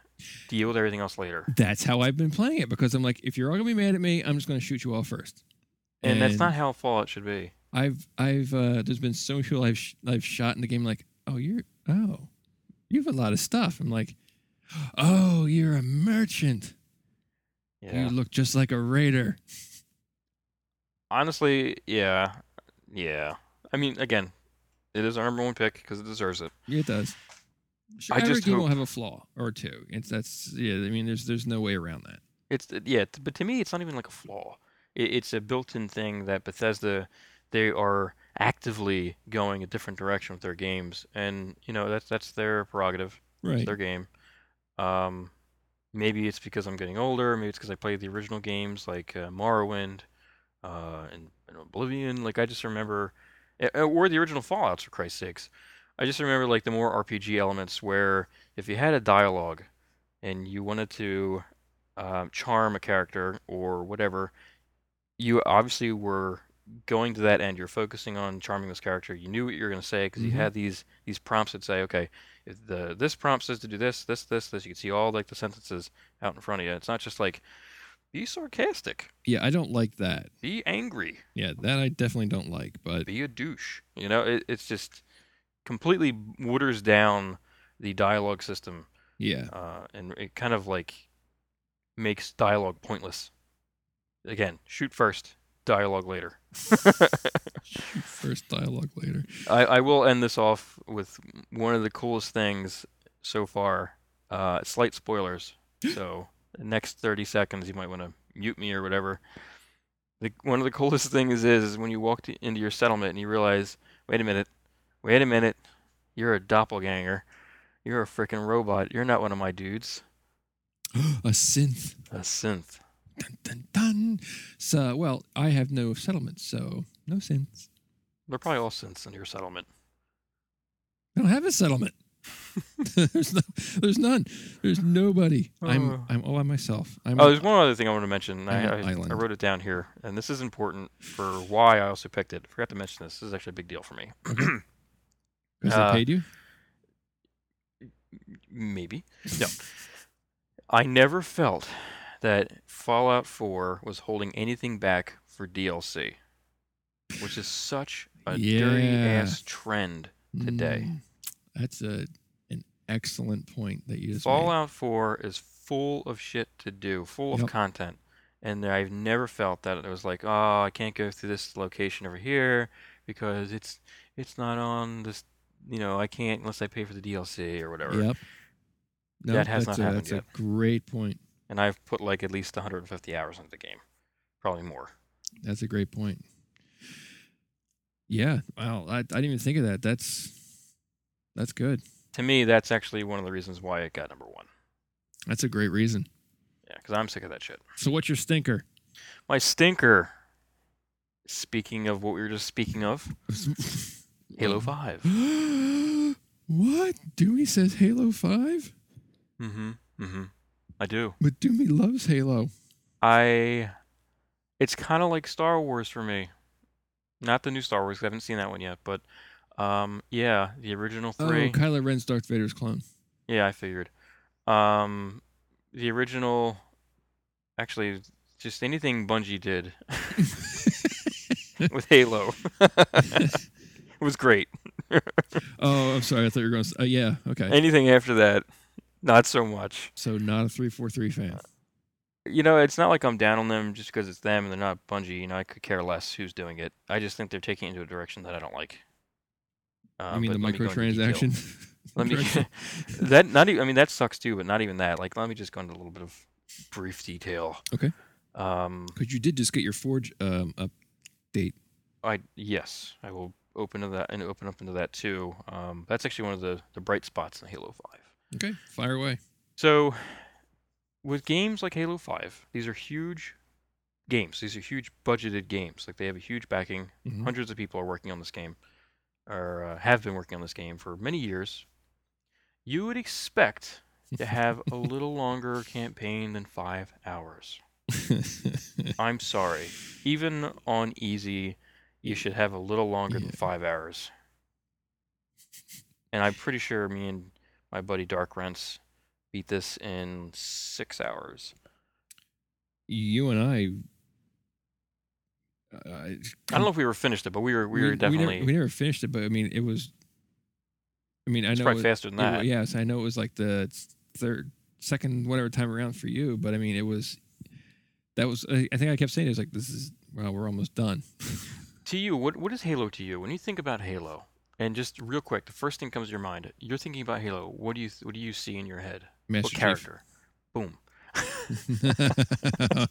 Speaker 2: deal with everything else later.
Speaker 1: That's how I've been playing it because I'm like, if you're all gonna be mad at me, I'm just gonna shoot you all first.
Speaker 2: and that's not how Fallout should be.
Speaker 1: I've I've uh, there's been so many people I've sh- I've shot in the game like, oh you're oh, you have a lot of stuff. I'm like, oh you're a merchant. You
Speaker 2: Yeah.
Speaker 1: look just like a raider.
Speaker 2: Honestly, yeah, yeah. I mean, again, it is our number one pick because it deserves it.
Speaker 1: Yeah, It does. Sure,
Speaker 2: I
Speaker 1: every
Speaker 2: just
Speaker 1: game will
Speaker 2: hope-
Speaker 1: have a flaw or two. It's that's yeah. I mean, there's there's no way around that.
Speaker 2: It's yeah, t- but to me, it's not even like a flaw. It, it's a built-in thing that Bethesda, they are actively going a different direction with their games, and you know that's that's their prerogative, it's
Speaker 1: Right.
Speaker 2: their game. Um, Maybe it's because I'm getting older. Maybe it's because I played the original games like uh, Morrowind uh, and, and Oblivion. Like I just remember, eh, eh, or the original Fallout's for Christ's sakes. I just remember like the more RPG elements where if you had a dialogue and you wanted to um, charm a character or whatever, you obviously were going to that end. You're focusing on charming this character. You knew what you were going to say because
Speaker 1: Mhm.
Speaker 2: you had these these prompts that say, okay, if the this prompt says to do this, this, this, this. You can see all like the sentences out in front of you. It's not just like be sarcastic,
Speaker 1: Yeah, I don't like that.
Speaker 2: be angry,
Speaker 1: Yeah, that I definitely don't like. But
Speaker 2: be a douche. You know, it, it's just completely waters down the dialogue system
Speaker 1: yeah,
Speaker 2: uh, and it kind of like makes dialogue pointless. Again, shoot first, dialogue later.
Speaker 1: first dialogue later.
Speaker 2: I, I will end this off with one of the coolest things so far. Uh, slight spoilers, so the next thirty seconds you might want to mute me or whatever. The, one of the coolest things is, is when you walk to, into your settlement and you realize, wait a minute, wait a minute, you're a doppelganger, you're a freaking robot, you're not one of my dudes,
Speaker 1: a synth.
Speaker 2: a synth.
Speaker 1: Dun, dun, dun. So, well, I have no settlements, so no synths.
Speaker 2: They're probably all synths in your settlement.
Speaker 1: I don't have a settlement. there's no, there's none. There's nobody. I'm
Speaker 2: Oh.
Speaker 1: I'm all by myself. I'm
Speaker 2: Oh, there's one other thing I want to mention. and
Speaker 1: I'm
Speaker 2: I,
Speaker 1: an
Speaker 2: I,
Speaker 1: island.
Speaker 2: I wrote it down here, and this is important for why I also picked it. Forgot to mention this. This is actually a big deal for me.
Speaker 1: because
Speaker 2: uh,
Speaker 1: they paid you.
Speaker 2: Maybe. No. I never felt that Fallout 4 was holding anything back for DLC, which is such a dirty
Speaker 1: Yeah.
Speaker 2: ass trend. today.
Speaker 1: Mm, that's a an excellent point that you just made.
Speaker 2: Fallout 4 is full of shit to do, full of
Speaker 1: Yep.
Speaker 2: content. And I've never felt that it was like, oh, I can't go through this location over here because it's it's not on this, you know, I can't unless I pay for the DLC or whatever.
Speaker 1: Yep. No,
Speaker 2: That has
Speaker 1: that's
Speaker 2: not
Speaker 1: a,
Speaker 2: happened
Speaker 1: That's a great point.
Speaker 2: And I've put like at least 150 hours into the game, probably more.
Speaker 1: That's a great point. Yeah. Wow. I, I didn't even think of that. That's that's good.
Speaker 2: To me, that's actually one of the reasons why it got number one.
Speaker 1: That's a great reason.
Speaker 2: Yeah, because I'm sick of that shit.
Speaker 1: So what's your stinker?
Speaker 2: My stinker. Speaking of what we were just speaking of, Halo 5.
Speaker 1: what? Doomy says Halo 5?
Speaker 2: Mm-hmm. Mm-hmm. I do.
Speaker 1: But Doomy loves Halo.
Speaker 2: I. It's kind of like Star Wars for me. Not the new Star Wars. 'cause I haven't seen that one yet, but um, yeah, the original
Speaker 1: Oh,
Speaker 2: three.
Speaker 1: Kylo Ren's Darth Vader's clone.
Speaker 2: Yeah, I figured. Um, the original. Actually, just anything Bungie did with Halo was great.
Speaker 1: oh, I'm sorry. I thought you were going to say. Uh, yeah. Okay.
Speaker 2: Anything after that, not so much.
Speaker 1: So not a 343 fan.
Speaker 2: You know, it's not like I'm down on them just because it's them and they're not Bungie. You know, I could care less who's doing it. I just think they're taking it into a direction that I don't like. Uh,
Speaker 1: you mean the
Speaker 2: but let me go into detail.
Speaker 1: microtransaction?
Speaker 2: Let me
Speaker 1: Microtransaction.
Speaker 2: that not even, I mean that sucks too, but not even that. Like let me just go into a little bit of brief detail.
Speaker 1: Okay.
Speaker 2: Um
Speaker 1: Because you did just get your Forge um, update.
Speaker 2: I yes, I will open to that and open up into that too. Um that's actually one of the the bright spots in Halo 5.
Speaker 1: Okay. Fire away.
Speaker 2: So with games like Halo 5, these are huge games. These are huge budgeted games. Like they have a huge backing.
Speaker 1: Mhm.
Speaker 2: hundreds of people are working on this game or uh, have been working on this game for many years you would expect to have a little longer campaign than five hours i'm sorry even on easy you should have a little longer than
Speaker 1: Yeah.
Speaker 2: five hours and i'm pretty sure me and my buddy dark rents beat this in six hours
Speaker 1: you and I. uh, I
Speaker 2: i don't know if we were finished it but we were we were
Speaker 1: Um, We
Speaker 2: definitely
Speaker 1: never, we never finished it, but I mean, it was. I mean, I
Speaker 2: it's
Speaker 1: know.
Speaker 2: probably
Speaker 1: It,
Speaker 2: faster than that
Speaker 1: it, yes, I know it was like the third, second, whatever time around for you, but I mean, it was. That was. I I think I kept saying it was like this is. Well, we're almost done.
Speaker 2: To you, what what is Halo to you? When you think about Halo, and just real quick, the first thing comes to your mind. You're thinking about Halo. What do you th- what do you see in your head?
Speaker 1: Master
Speaker 2: What
Speaker 1: Chief.
Speaker 2: character? Boom.
Speaker 1: Uh,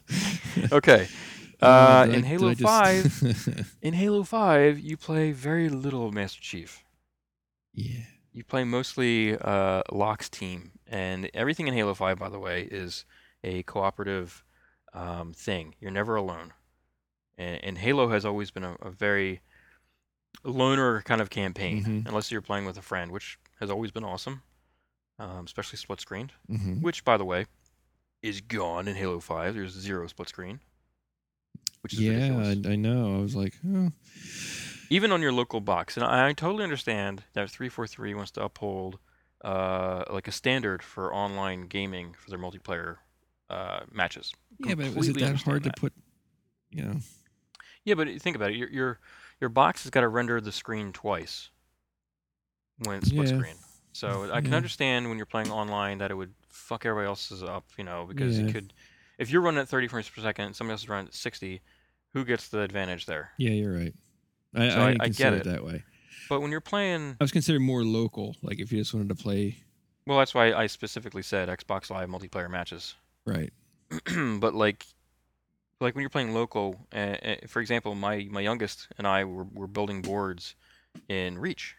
Speaker 2: Okay.
Speaker 1: did I-
Speaker 2: Uh, in
Speaker 1: did
Speaker 2: Halo
Speaker 1: I just-
Speaker 2: Five, in Halo Five, you play very little Master Chief.
Speaker 1: yeah.
Speaker 2: you play mostly uh, Locke's team, and everything in Halo Five, by the way, is a cooperative um, thing. You're never alone, and, and Halo has always been a, a very loner kind of campaign,
Speaker 1: Mhm.
Speaker 2: unless you're playing with a friend, which has always been awesome, um, especially split screen.
Speaker 1: Mm-hmm.
Speaker 2: Which, by the way, is gone in Halo Five. There's zero split screen, which is
Speaker 1: Yeah,
Speaker 2: ridiculous.
Speaker 1: I, I know. I was like, oh.
Speaker 2: even on your local box. And I, I totally understand that 343 wants to uphold uh, like a standard for online gaming for their multiplayer uh, matches.
Speaker 1: yeah, but was it
Speaker 2: Completely
Speaker 1: that
Speaker 2: understand
Speaker 1: hard
Speaker 2: that.
Speaker 1: to put? You know,
Speaker 2: Yeah, but think about it. Your your, your box has got to render the screen twice when it's split
Speaker 1: Yeah.
Speaker 2: screen. So I can
Speaker 1: Yeah.
Speaker 2: understand when you're playing online that it would fuck everybody else's up, you know, because
Speaker 1: Yeah.
Speaker 2: it could. If you're running at 30 frames per second and somebody else is running at 60, who gets the advantage there?
Speaker 1: yeah, you're right. I,
Speaker 2: So
Speaker 1: I,
Speaker 2: I-
Speaker 1: didn't
Speaker 2: I get
Speaker 1: consider it
Speaker 2: it.
Speaker 1: that way.
Speaker 2: But when you're playing
Speaker 1: I was considering more local, like if you just wanted to play,
Speaker 2: Well, that's why I specifically said Xbox Live multiplayer matches.
Speaker 1: right?
Speaker 2: but like, like when you're playing local, uh, uh, for example, my my youngest and I were, were building boards in Reach,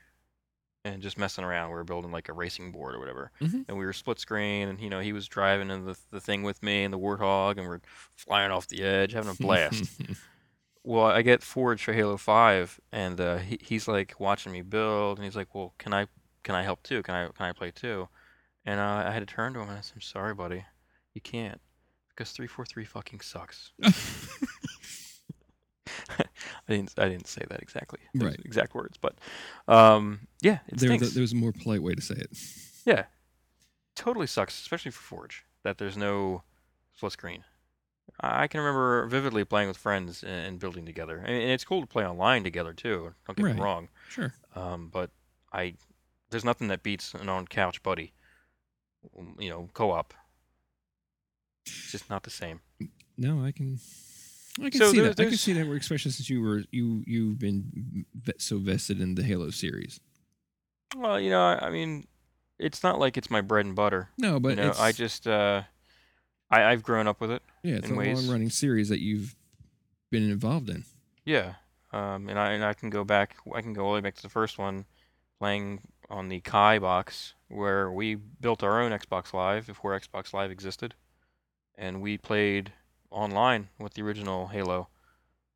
Speaker 2: and just messing around. We were building like a racing board or whatever,
Speaker 1: Mhm.
Speaker 2: and we were split screen, and you know he was driving in the the thing with me and the Warthog, and we're flying off the edge, having a blast. well, I get Forge for Halo Five, and uh, he, he's like watching me build, and he's like, "Well, can I can I help too? Can I can I play too?" And uh, I had to turn to him and I said, "I'm sorry, buddy, you can't because three four three fucking sucks." I didn't I didn't say that exactly, those
Speaker 1: Right.
Speaker 2: Exact words, but um, yeah, it
Speaker 1: there,
Speaker 2: stinks.
Speaker 1: there was a more polite way to say it.
Speaker 2: Yeah. Totally sucks, especially for Forge, that there's no split screen. I I can remember vividly playing with friends and, and building together. And, and it's cool to play online together, too. Don't get
Speaker 1: Right.
Speaker 2: me wrong.
Speaker 1: Sure.
Speaker 2: Um, but I, there's nothing that beats an on couch buddy, Um, you know, co op. It's just not the same.
Speaker 1: No, I can. I can
Speaker 2: So
Speaker 1: see
Speaker 2: there-
Speaker 1: that. I can
Speaker 2: there's-
Speaker 1: see that. Work, especially since you were you you've been ve- so vested in the Halo series.
Speaker 2: Well, you know, I, I mean, it's not like it's my bread and butter.
Speaker 1: No, but
Speaker 2: you know,
Speaker 1: it's,
Speaker 2: I just, uh, I, I've grown up with it.
Speaker 1: yeah, it's
Speaker 2: in
Speaker 1: a
Speaker 2: ways-
Speaker 1: long running series that you've been involved in.
Speaker 2: Yeah, um, and I and I can go back. I can go all the way back to the first one, playing on the Kai box where we built our own Xbox Live before Xbox Live existed, and we played online with the original Halo,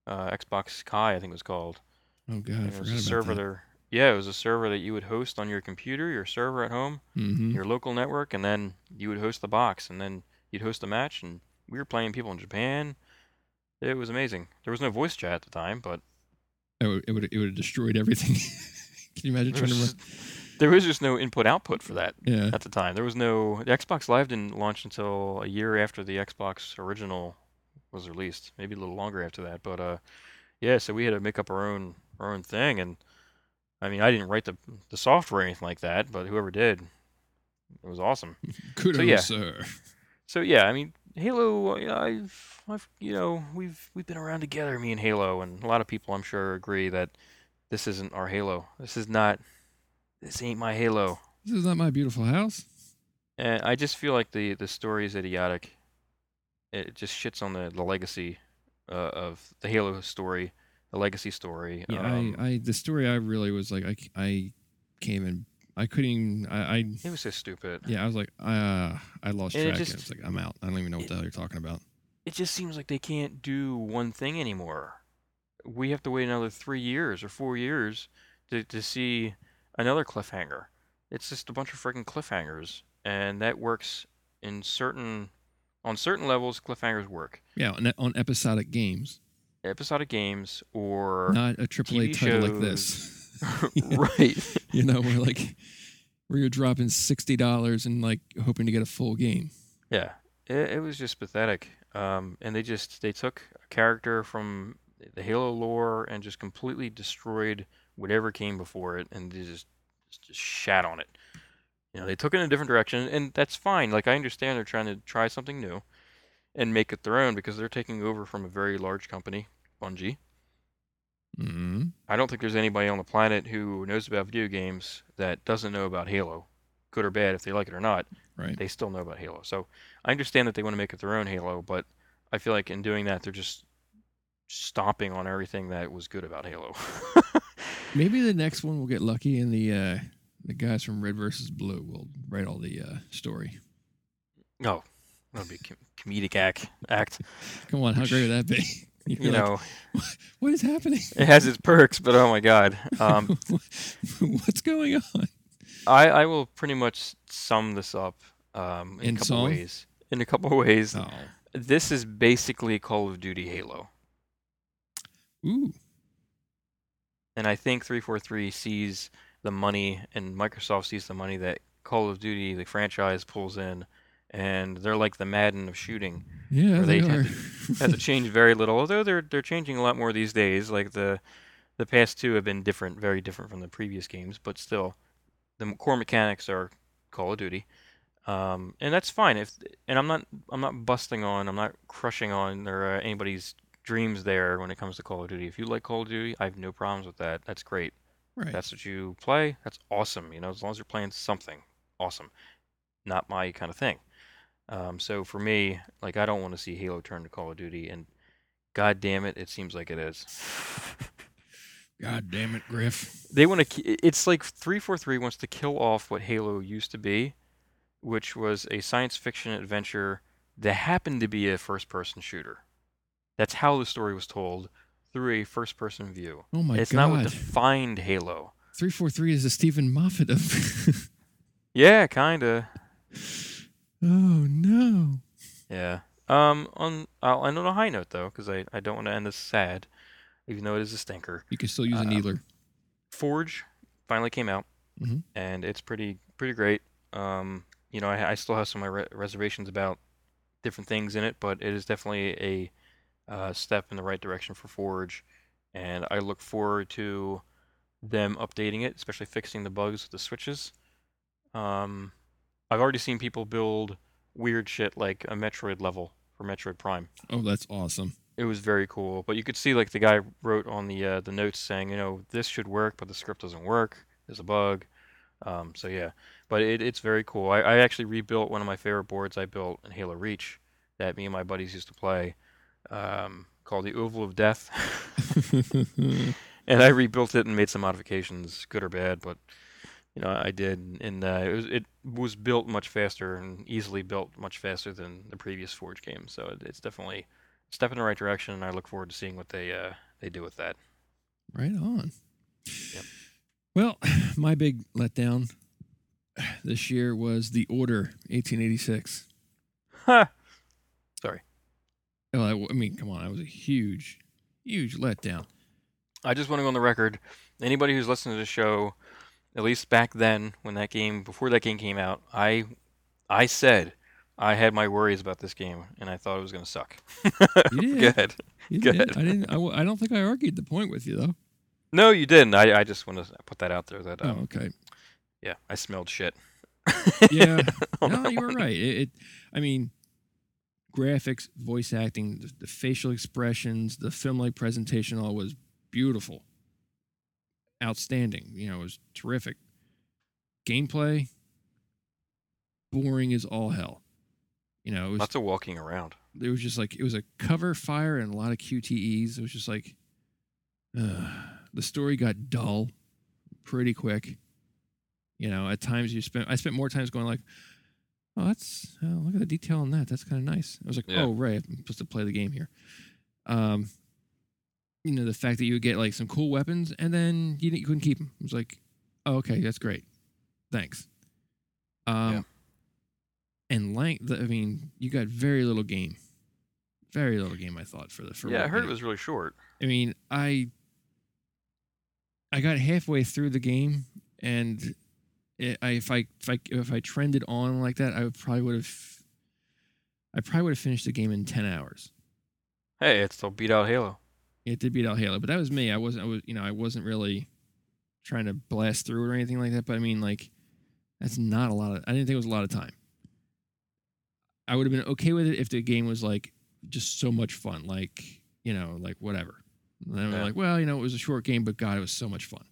Speaker 2: uh, Xbox Kai I think it was called.
Speaker 1: Oh God, I
Speaker 2: And it
Speaker 1: forgot
Speaker 2: was a
Speaker 1: about
Speaker 2: server
Speaker 1: that.
Speaker 2: there. Yeah, it was a server that you would host on your computer, your server at home,
Speaker 1: Mm-hmm.
Speaker 2: your local network, and then you would host the box, and then you'd host a match, and we were playing people in Japan. It was amazing. There was no voice chat at the time, but
Speaker 1: It would it would, it would have destroyed everything. can you imagine
Speaker 2: There
Speaker 1: trying to run?
Speaker 2: was, there was just no input output for that
Speaker 1: Yeah.
Speaker 2: at the time. There was no the Xbox Live didn't launch until a year after the Xbox original was released, maybe a little longer after that. But uh, yeah, so we had to make up our own our own thing, and I mean, I didn't write the the software or anything like that, but whoever did, it was awesome.
Speaker 1: Kudos,
Speaker 2: yeah.
Speaker 1: sir.
Speaker 2: So yeah, I mean, Halo, I- I've, I've, you know, we've we've been around together, me and Halo, and a lot of people, I'm sure, agree that this isn't our Halo. This is not. This ain't my Halo.
Speaker 1: This is not my beautiful house.
Speaker 2: And I just feel like the the story is idiotic. It just shits on the the legacy uh, of the Halo story, the legacy story.
Speaker 1: Yeah,
Speaker 2: um,
Speaker 1: I, I the story I really was like I c- I came in I couldn't even, I, I
Speaker 2: it was so stupid.
Speaker 1: yeah I was like uh, I lost
Speaker 2: And it
Speaker 1: track.
Speaker 2: just-
Speaker 1: and it's like I'm out. I don't even know what the hell you're talking about.
Speaker 2: It just seems like they can't do one thing anymore. We have to wait another three years or four years to to see another cliffhanger. It's just a bunch of freaking cliffhangers, and that works in certain on certain levels. Cliffhangers work.
Speaker 1: Yeah, on, on episodic games,
Speaker 2: Episodic games or
Speaker 1: not a AAA
Speaker 2: TV
Speaker 1: title like this.
Speaker 2: right.
Speaker 1: you know, where like where you're dropping sixty dollars and like hoping to get a full game.
Speaker 2: Yeah, it, it was just pathetic. Um, and they just they took a character from the Halo lore and just completely destroyed whatever came before it, and they just just shat on it. You know, they took it in a different direction, and that's fine. Like I understand they're trying to try something new and make it their own because they're taking over from a very large company, Bungie.
Speaker 1: Mm-hmm.
Speaker 2: I don't think there's anybody on the planet who knows about video games that doesn't know about Halo, good or bad, if they like it or not
Speaker 1: Right.
Speaker 2: they still know about Halo. So I understand that they want to make it their own Halo, but I feel like in doing that, they're just stomping on everything that was good about Halo.
Speaker 1: Maybe the next one will get lucky and the uh, The guys from Red versus Blue will write all the uh, story.
Speaker 2: No, Oh, that'd be com- comedic act. Act.
Speaker 1: Come on, how great would that be? You're
Speaker 2: You
Speaker 1: like,
Speaker 2: know,
Speaker 1: what is happening?
Speaker 2: it has its perks, but oh my god. Um,
Speaker 1: What's going on?
Speaker 2: I, I will pretty much sum this up um, in,
Speaker 1: In
Speaker 2: a couple
Speaker 1: song?
Speaker 2: ways. In a couple ways,
Speaker 1: Oh,
Speaker 2: this is basically Call of Duty Halo,
Speaker 1: ooh,
Speaker 2: and I think 343 sees the money, and Microsoft sees the money that Call of Duty, the franchise, pulls in, and they're like the Madden of shooting.
Speaker 1: yeah,
Speaker 2: Or
Speaker 1: they,
Speaker 2: they
Speaker 1: are.
Speaker 2: had Has to change very little, although they're they're changing a lot more these days. Like the the past two have been different, very different from the previous games, but still, the m- core mechanics are Call of Duty, um, and that's fine. If and I'm not I'm not busting on, I'm not crushing on or uh, anybody's dreams there when it comes to Call of Duty. If you like Call of Duty, I have no problems with that. That's great.
Speaker 1: right.
Speaker 2: That's what you play. That's awesome. You know, as long as you're playing something, awesome. Not my kind of thing. Um, so for me, like I don't want to see Halo turn to Call of Duty, and God damn it, it seems like it is.
Speaker 1: God damn it, Griff.
Speaker 2: they want to. It's like three four three wants to kill off what Halo used to be, which was a science fiction adventure that happened to be a first person shooter. That's how the story was told through a first person view.
Speaker 1: Oh my
Speaker 2: it's
Speaker 1: god.
Speaker 2: not what defined Halo.
Speaker 1: Three four three is the Stephen Moffat of.
Speaker 2: Yeah, kinda.
Speaker 1: oh no.
Speaker 2: Yeah. Um. On I'll end on a high note though, because I I don't want to end this sad, even though it is a stinker.
Speaker 1: You can still use a
Speaker 2: Uh,
Speaker 1: needler.
Speaker 2: Forge finally came out,
Speaker 1: Mhm.
Speaker 2: and it's pretty pretty great. Um, you know, I, I still have some of my re- reservations about different things in it, but it is definitely a uh, step in the right direction for Forge, and I look forward to them updating it, especially fixing the bugs with the switches. Um, I've already seen people build weird shit like a Metroid level for Metroid Prime
Speaker 1: Oh, that's awesome.
Speaker 2: it was very cool. But you could see like the guy wrote on the uh, the notes saying, you know, this should work, but the script doesn't work. There's a bug. Um, so yeah, but it, it's very cool. I, I actually rebuilt one of my favorite boards I built in Halo Reach that me and my buddies used to play, um, called the Oval of Death, and I rebuilt it and made some modifications, good or bad, but you know I did, and uh, it was it was built much faster and easily built much faster than the previous Forge game. So it, it's definitely step in the right direction, and I look forward to seeing what they uh, they do with that.
Speaker 1: right on.
Speaker 2: Yep.
Speaker 1: Well, my big letdown this year was The Order 1886.
Speaker 2: Huh.
Speaker 1: Oh, I, I mean, come on, that was a huge, huge letdown.
Speaker 2: I just want to go on the record. Anybody who's listened to the show, at least back then when that game before that game came out, I I said I had my worries about this game, and I thought it was going to suck.
Speaker 1: You did.
Speaker 2: Good.
Speaker 1: You
Speaker 2: Go
Speaker 1: did.
Speaker 2: ahead.
Speaker 1: I didn't. I, w- I don't think I argued the point with you though.
Speaker 2: No, you didn't. I, I just want to put that out there. That um,
Speaker 1: Oh, okay.
Speaker 2: yeah, I smelled shit.
Speaker 1: Yeah.
Speaker 2: on
Speaker 1: no,
Speaker 2: that
Speaker 1: you were right. It, it. I mean, graphics, voice acting, the, the facial expressions, the film-like presentation, all was beautiful, outstanding. You know, it was terrific. Gameplay, boring as all hell. You know, it was
Speaker 2: Lots of walking around.
Speaker 1: it was just like it was a cover fire and a lot of QTEs. It was just like uh, the story got dull pretty quick. You know, at times you spent I spent more times going like, oh, that's uh, look at the detail on that. That's kind of nice. I was like,
Speaker 2: Yeah.
Speaker 1: oh right, I'm supposed to play the game here. Um, you know, the fact that you would get like some cool weapons and then you, didn't- you couldn't keep them. It was like, oh, okay, that's great, thanks. Um,
Speaker 2: Yeah.
Speaker 1: and length. I mean, you got very little game, very little game. I thought for the for
Speaker 2: yeah, I
Speaker 1: what,
Speaker 2: heard
Speaker 1: you
Speaker 2: it
Speaker 1: know.
Speaker 2: was really short.
Speaker 1: I mean, I I got halfway through the game, and it, I, if I if I if I trended on like that, I would probably would have I probably would have finished the game in ten hours.
Speaker 2: Hey, it still beat out Halo.
Speaker 1: It did beat out Halo, but that was me. I wasn't. I was you know I wasn't really trying to blast through it or anything like that. But I mean, like that's not a lot of. I didn't think it was a lot of time. I would have been okay with it if the game was like just so much fun, like you know, like whatever. And then we're
Speaker 2: Yeah.
Speaker 1: like, well, you know, it was a short game, but God, it was so much fun.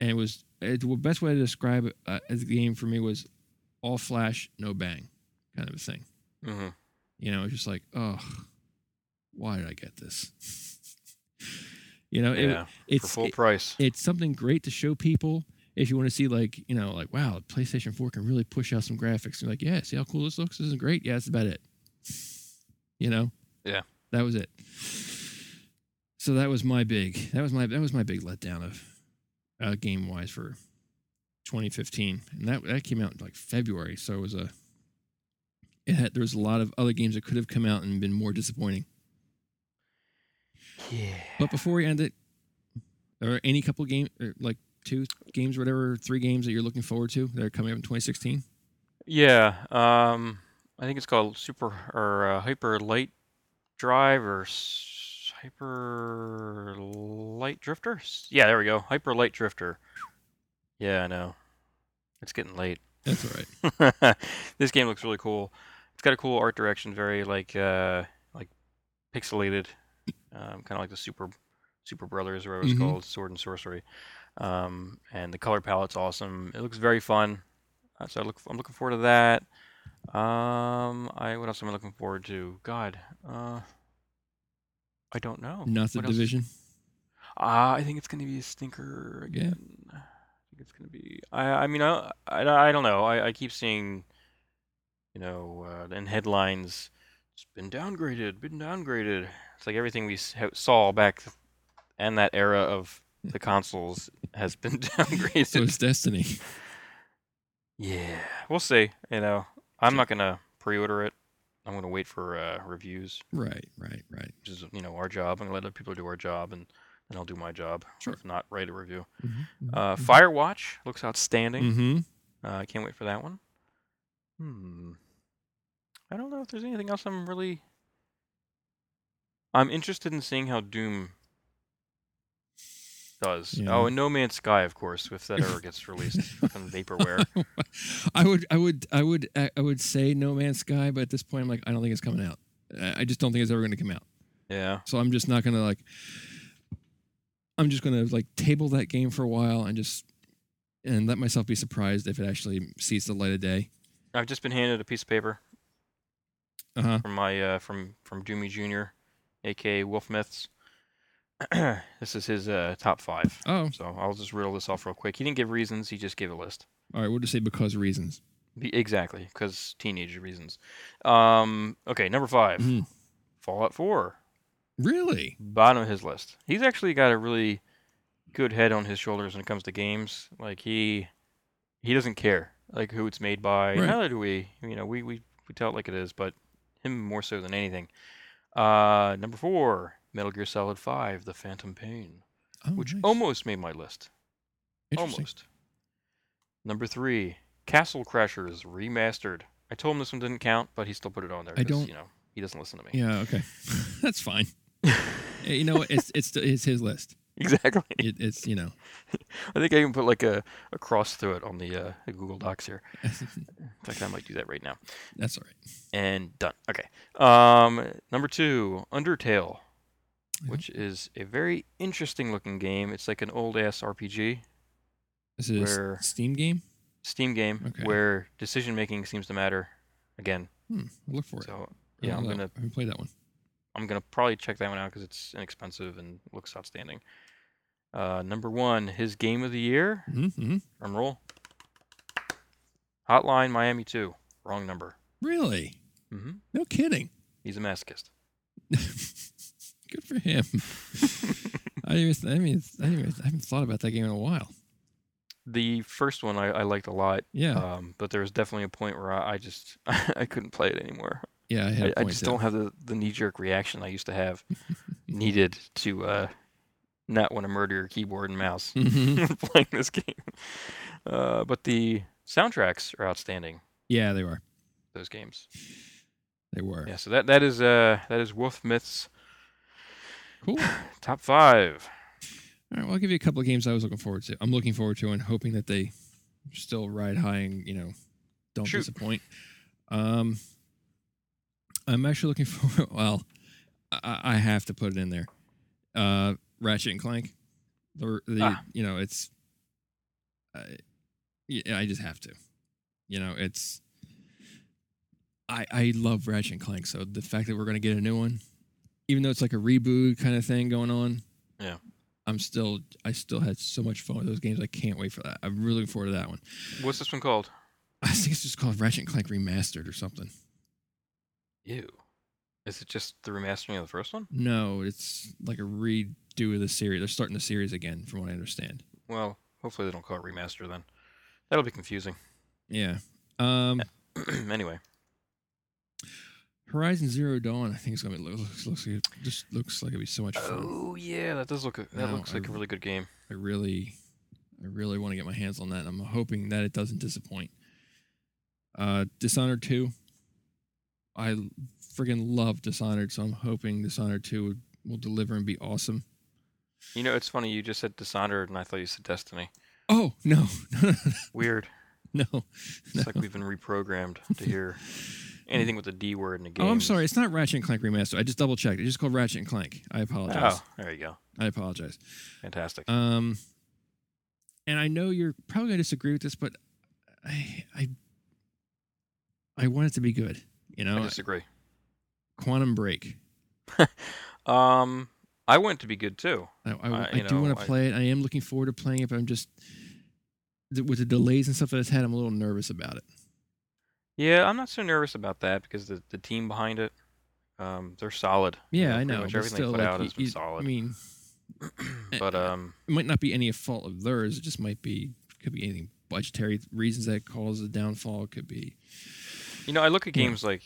Speaker 1: And it was it, the best way to describe uh, the game for me was all flash, no bang, kind of a thing.
Speaker 2: hmm
Speaker 1: You know, it's just like, oh, why did I get this? you know, it,
Speaker 2: Yeah, for
Speaker 1: it's
Speaker 2: full price.
Speaker 1: it's something great to show people. if you want to see like you know like wow PlayStation 4 can really push out some graphics, you're like yeah, see how cool this looks. This is great. Yeah, that's about it. You know.
Speaker 2: Yeah.
Speaker 1: That was it. So that was my big that was my that was my big letdown of uh, game wise for 2015, and that that came out in like February. So it was a it had there was a lot of other games that could have come out and been more disappointing.
Speaker 2: Yeah.
Speaker 1: But before we end it, are any couple game or like two games, or whatever, three games that you're looking forward to that are coming up in 2016?
Speaker 2: Yeah. Um, I think it's called Super or uh, Hyper Light Drive or s- Hyper Light Drifter. S- Yeah, there we go. Hyper Light Drifter. Yeah, I know. It's getting late.
Speaker 1: That's all right.
Speaker 2: this game looks really cool. It's got a cool art direction, very like uh, like pixelated, um, kind of like the Super Super Brothers, or what it was
Speaker 1: Mhm.
Speaker 2: called, Sword and Sorcery. Um, and the color palette's awesome. It looks very fun. Uh, so I look, I'm looking forward to that. Um, I what else am I looking forward to? God, uh, I don't know.
Speaker 1: Not the
Speaker 2: Oh, What else is-
Speaker 1: division.
Speaker 2: uh, I think it's gonna be a stinker
Speaker 1: Yeah.
Speaker 2: again. I think it's gonna be. I I mean I I, I don't know. I, I keep seeing, you know, uh, in headlines, it's been downgraded, been downgraded. It's like everything we s- ha- saw back, th- and that era of the consoles has been
Speaker 1: So
Speaker 2: downgraded.
Speaker 1: it's Destiny.
Speaker 2: Yeah, we'll see. You know, I'm
Speaker 1: So-
Speaker 2: not gonna pre-order it. I'm gonna wait for uh, reviews,
Speaker 1: Right, right, right.
Speaker 2: which is you know our job. I'm gonna let other people do our job, and then I'll do my job.
Speaker 1: Sure.
Speaker 2: If not, write a review.
Speaker 1: Mm-hmm.
Speaker 2: Uh, Firewatch looks outstanding.
Speaker 1: mm-hmm.
Speaker 2: Uh, I can't wait for that one. Hmm. I don't know if there's anything else I'm really. I'm interested in seeing how Doom does.
Speaker 1: Yeah.
Speaker 2: Oh, and No Man's Sky, of course, if that ever gets released from vaporware.
Speaker 1: Mm-hmm. I would, I would, I would, I would say No Man's Sky, but at this point, I'm like, I don't think it's coming out. I I just don't think it's ever going to come out.
Speaker 2: Yeah.
Speaker 1: So I'm just not going to like. I'm just going to like table that game for a while and just and let myself be surprised if it actually sees the light of day.
Speaker 2: I've just been handed a piece of paper
Speaker 1: Uh huh.
Speaker 2: from my uh, from from Doomy Junior, aka Wolf Myths. this is his uh, top five.
Speaker 1: Oh,
Speaker 2: So I'll just riddle this off real quick. He didn't give reasons. He just gave a list.
Speaker 1: all right. We'll just say because reasons.
Speaker 2: Be- exactly, because teenage reasons. Um, okay, number 5
Speaker 1: Mhm.
Speaker 2: Fallout Four,
Speaker 1: Really?
Speaker 2: bottom of his list. He's actually got a really good head on his shoulders when it comes to games. Like he, he doesn't care like who it's made by.
Speaker 1: Right.
Speaker 2: Neither do we. You know, we we we tell it like it is, but him more so than anything. Uh, number four, Metal Gear Solid Five: The Phantom Pain,
Speaker 1: Oh,
Speaker 2: which
Speaker 1: nice.
Speaker 2: almost made my list.
Speaker 1: Interesting.
Speaker 2: Almost. Number three, Castle Crashers remastered. I told him this one didn't count, but he still put it on there.
Speaker 1: I
Speaker 2: 'cause,
Speaker 1: don't-
Speaker 2: You know, he doesn't listen to me.
Speaker 1: Yeah. Okay. That's fine. Eh, You know, what? it's it's it's his list.
Speaker 2: exactly.
Speaker 1: It, it's you know.
Speaker 2: I think I even put like a, a cross through it on the, uh, the Google Docs here. In fact, I might do that right now.
Speaker 1: That's all right.
Speaker 2: And done. Okay. Um, number two, Undertale, which is a very interesting looking game. It's like an old ass RPG,
Speaker 1: This is a
Speaker 2: Where-
Speaker 1: s- Steam game.
Speaker 2: Steam game,
Speaker 1: Okay.
Speaker 2: where decision making seems to matter again.
Speaker 1: Hmm, I'll look for it.
Speaker 2: So
Speaker 1: I
Speaker 2: yeah,
Speaker 1: don't
Speaker 2: I'm
Speaker 1: know.
Speaker 2: gonna
Speaker 1: I haven't played that one.
Speaker 2: I'm gonna probably check that one out because it's inexpensive and looks outstanding. Uh, number one, his game of the year.
Speaker 1: Mm-hmm.
Speaker 2: Drum roll. Hotline Miami Two. Wrong number.
Speaker 1: Really?
Speaker 2: Mm-hmm.
Speaker 1: No kidding.
Speaker 2: He's a masochist.
Speaker 1: Good for him. I didn't even, th- I mean, it's- I, didn't even, I haven't thought about that game in a while.
Speaker 2: The first one I, I liked a lot,
Speaker 1: Yeah,
Speaker 2: um, but there was definitely a point where I, I just I couldn't play it anymore.
Speaker 1: yeah, I had.
Speaker 2: I,
Speaker 1: a
Speaker 2: I
Speaker 1: point
Speaker 2: just
Speaker 1: there.
Speaker 2: don't have the, the knee jerk reaction I used to have needed to uh, not want to murder your keyboard and mouse
Speaker 1: Mhm.
Speaker 2: playing this game. Uh, but the soundtracks are outstanding.
Speaker 1: Yeah, they were.
Speaker 2: Those games.
Speaker 1: They were.
Speaker 2: Yeah, so that that is uh that is Wolf Myth's
Speaker 1: Cool. All
Speaker 2: top five.
Speaker 1: right, well, I'll give you a couple of games I was looking forward to. I'm looking forward to and hoping that they still ride high and you know don't
Speaker 2: Shoot.
Speaker 1: disappoint. Um, I'm actually looking for. Well, I, I have to put it in there. Uh, Ratchet and Clank. The, the
Speaker 2: Ah.
Speaker 1: you know it's. I, yeah, I just have to. You know it's. I I love Ratchet and Clank, so the fact that we're gonna get a new one, even though it's like a reboot kind of thing going on.
Speaker 2: Yeah.
Speaker 1: I'm still I still had so much fun with those games. I can't wait for that. I'm really looking forward to that one.
Speaker 2: What's this one called?
Speaker 1: I think it's just called Ratchet and Clank Remastered or something.
Speaker 2: Ew. Is it just the remastering of the first one?
Speaker 1: No, it's like a redo of the series. They're starting the series again, from what I understand.
Speaker 2: Well, hopefully they don't call it remaster then. That'll be confusing.
Speaker 1: Yeah. Um,
Speaker 2: anyway,
Speaker 1: Horizon Zero Dawn, I think it's gonna be looks, looks like it just looks like it'd be so much fun.
Speaker 2: oh yeah, that does look that
Speaker 1: No,
Speaker 2: looks
Speaker 1: I
Speaker 2: like a
Speaker 1: re-
Speaker 2: really good game.
Speaker 1: I really, I really want to get my hands on that. and I'm hoping that it doesn't disappoint. Uh, Dishonored Two, I friggin' love Dishonored, so I'm hoping Dishonored Two would, will deliver and be awesome.
Speaker 2: You know, it's funny. You just said Dishonored, and I thought you said Destiny.
Speaker 1: Oh no, no,
Speaker 2: Weird.
Speaker 1: no, Oh, no!
Speaker 2: It's like we've been reprogrammed to hear anything with the D word in a game.
Speaker 1: Oh, I'm
Speaker 2: is-
Speaker 1: sorry. It's not Ratchet and Clank Remastered. I just double checked. It's just called Ratchet and Clank. I apologize.
Speaker 2: Oh, there you go.
Speaker 1: I apologize.
Speaker 2: Fantastic.
Speaker 1: Um, and I know you're probably gonna disagree with this, but I, I, I want it to be good. You know,
Speaker 2: I disagree.
Speaker 1: Quantum Break.
Speaker 2: Um, I want it to be good too.
Speaker 1: I, I,
Speaker 2: Uh,
Speaker 1: I
Speaker 2: you
Speaker 1: do
Speaker 2: know,
Speaker 1: want
Speaker 2: I-
Speaker 1: to play it. I am looking forward to playing it, but I'm just th- with the delays and stuff that it's had. I'm a little nervous about it.
Speaker 2: Yeah, I'm not so nervous about that because the, the team behind it, um, they're solid. You
Speaker 1: Yeah, I
Speaker 2: pretty
Speaker 1: know.
Speaker 2: Much
Speaker 1: but
Speaker 2: everything they
Speaker 1: still,
Speaker 2: put
Speaker 1: like,
Speaker 2: out
Speaker 1: you-
Speaker 2: has been
Speaker 1: you- I
Speaker 2: solid.
Speaker 1: mean, eh,
Speaker 2: but um,
Speaker 1: it might not be any fault of theirs. It just might be could be anything budgetary reasons that caused the downfall. It could be
Speaker 2: you know, I look at
Speaker 1: Yeah.
Speaker 2: games like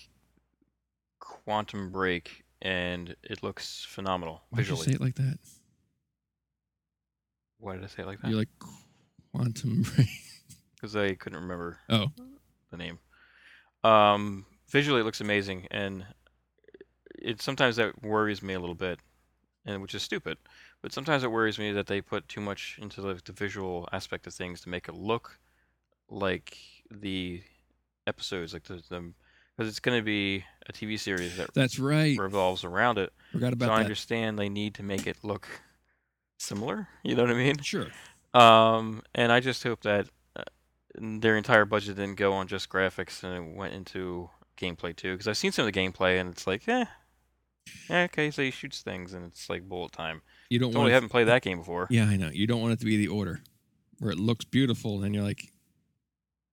Speaker 2: Quantum Break, and it looks phenomenal
Speaker 1: why did you
Speaker 2: visually.
Speaker 1: say it like that?
Speaker 2: Why did I say it like
Speaker 1: You're
Speaker 2: that?
Speaker 1: like Quantum Break.
Speaker 2: Because I couldn't remember
Speaker 1: Oh,
Speaker 2: the name. Um, visually, it looks amazing, and it sometimes that worries me a little bit, and which is stupid. But sometimes it worries me that they put too much into the, the visual aspect of things to make it look like the episodes, like the because it's going to be a TV series that
Speaker 1: that's right.
Speaker 2: revolves around it.
Speaker 1: Forgot
Speaker 2: So
Speaker 1: about
Speaker 2: I
Speaker 1: that.
Speaker 2: understand they need to make it look similar. You know what I mean?
Speaker 1: Sure.
Speaker 2: Um, and I just hope that uh, their entire budget didn't go on just graphics and it went into gameplay too. Because I've seen some of the gameplay and it's like, eh, yeah, okay, so he shoots things and it's like bullet time.
Speaker 1: You don't
Speaker 2: Totally
Speaker 1: want.
Speaker 2: haven't played that game before.
Speaker 1: yeah, I know. You don't want it to be the order where it looks beautiful and you're like,